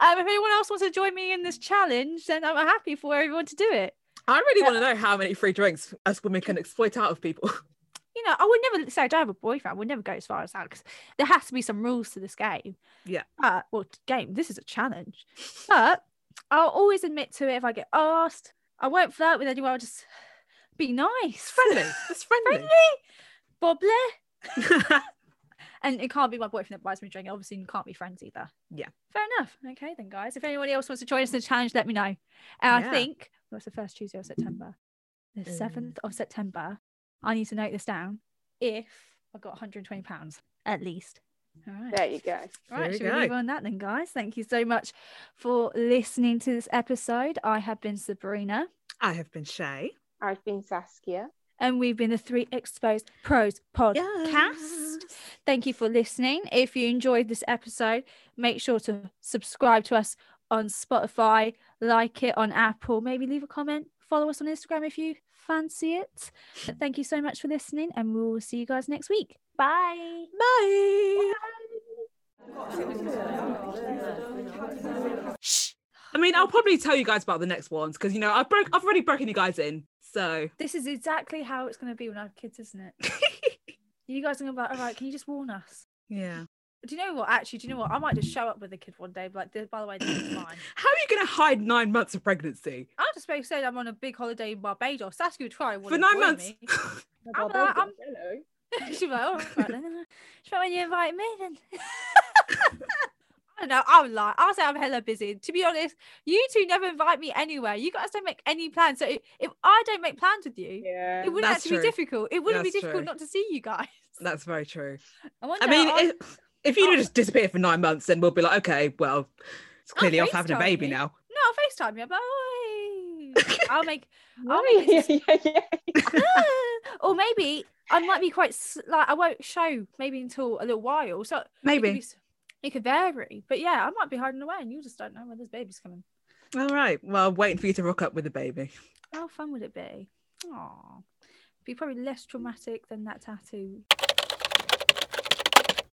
Speaker 1: um, if anyone else wants to join me in this challenge, then I'm happy for everyone to do it.
Speaker 3: I really want to know how many free drinks us women can exploit out of people. [LAUGHS]
Speaker 1: You know, I would never say I don't have a boyfriend. I would never go as far as that because there has to be some rules to this game.
Speaker 3: Yeah.
Speaker 1: Uh, well, t- game. This is a challenge, but I'll always admit to it if I get asked. I won't flirt with anyone. I'll just be nice,
Speaker 3: friendly. It's friendly.
Speaker 1: friendly, bubbly, and it can't be my boyfriend that buys me a drink. Obviously, you can't be friends either.
Speaker 3: Yeah.
Speaker 1: Fair enough. Okay, then, guys. If anybody else wants to join us in the challenge, let me know. And
Speaker 3: Yeah.
Speaker 1: I think what's the first Tuesday of September? The
Speaker 3: Mm.
Speaker 1: seventh of September. I need to note this down. If I got 120 pounds at least. All right.
Speaker 2: There you go.
Speaker 3: There
Speaker 1: Right,
Speaker 3: we
Speaker 1: should we leave
Speaker 3: go.
Speaker 1: on that then, guys? Thank you so much for listening to this episode. I have been Sabrina,
Speaker 3: [LAUGHS] I have been Shay.
Speaker 2: I've been Saskia.
Speaker 1: and we've been the Three Exposed Pros podcast. Thank you for listening. If you enjoyed this episode, make sure to subscribe to us on Spotify, like it on Apple, maybe leave a comment, follow us on Instagram if you fancy it. But thank you so much for listening, and we'll see you guys next week. Bye.
Speaker 3: Bye. I mean, I'll probably tell you guys about the next ones because you know I broke. I've already broken you guys in. So
Speaker 1: This is exactly how it's going to be when I have kids, isn't it? You guys are going to be like, all right, can you just warn us?
Speaker 3: [LAUGHS] yeah.
Speaker 1: Do you know what? Actually, do you know what? I might just show up with a kid one day, but like, by the way, this
Speaker 3: [COUGHS]
Speaker 1: is mine.
Speaker 3: How are you going to hide nine months of pregnancy
Speaker 1: I'm just supposed to say I'm on a big holiday in Barbados. Saskia would try and
Speaker 3: for
Speaker 1: wouldn't
Speaker 3: nine
Speaker 1: join
Speaker 3: months?
Speaker 1: me. I'm like, I'm-
Speaker 2: Hello.
Speaker 1: [LAUGHS] She's like, all right then. She's like, when you invite me then. [LAUGHS] I don't know. I'm like, I'll say I'm hella busy. To be honest, you two never invite me anywhere. You guys don't make any plans. So if, if I don't make plans with you,
Speaker 2: Yeah.
Speaker 1: it wouldn't
Speaker 3: That's
Speaker 1: actually be
Speaker 3: true.
Speaker 1: difficult. It wouldn't be
Speaker 3: That's
Speaker 1: difficult
Speaker 3: true.
Speaker 1: not to see you guys.
Speaker 3: That's very true.
Speaker 1: I, wonder
Speaker 3: I Oh. mean,
Speaker 1: I'll-
Speaker 3: if, if you just disappear for nine months, then we'll be like, okay, well, it's
Speaker 1: I'll
Speaker 3: clearly off having a
Speaker 1: FaceTime
Speaker 3: baby
Speaker 1: you.
Speaker 3: now.
Speaker 1: no, I'll FaceTime you. But I'll
Speaker 3: [LAUGHS]
Speaker 1: make, I'll
Speaker 2: Oh, [LAUGHS] Yeah,
Speaker 1: make it
Speaker 2: yeah, yeah, yeah.
Speaker 1: or maybe I might be quite s- like I won't show maybe until a little while. So it could be
Speaker 3: Maybe.
Speaker 1: s- it could vary. But yeah, I might be hiding away, and you just don't know when this baby's coming.
Speaker 3: All right. Well, waiting for you to rock up with a baby.
Speaker 1: How fun would it be? Aww. Be probably less traumatic than that tattoo.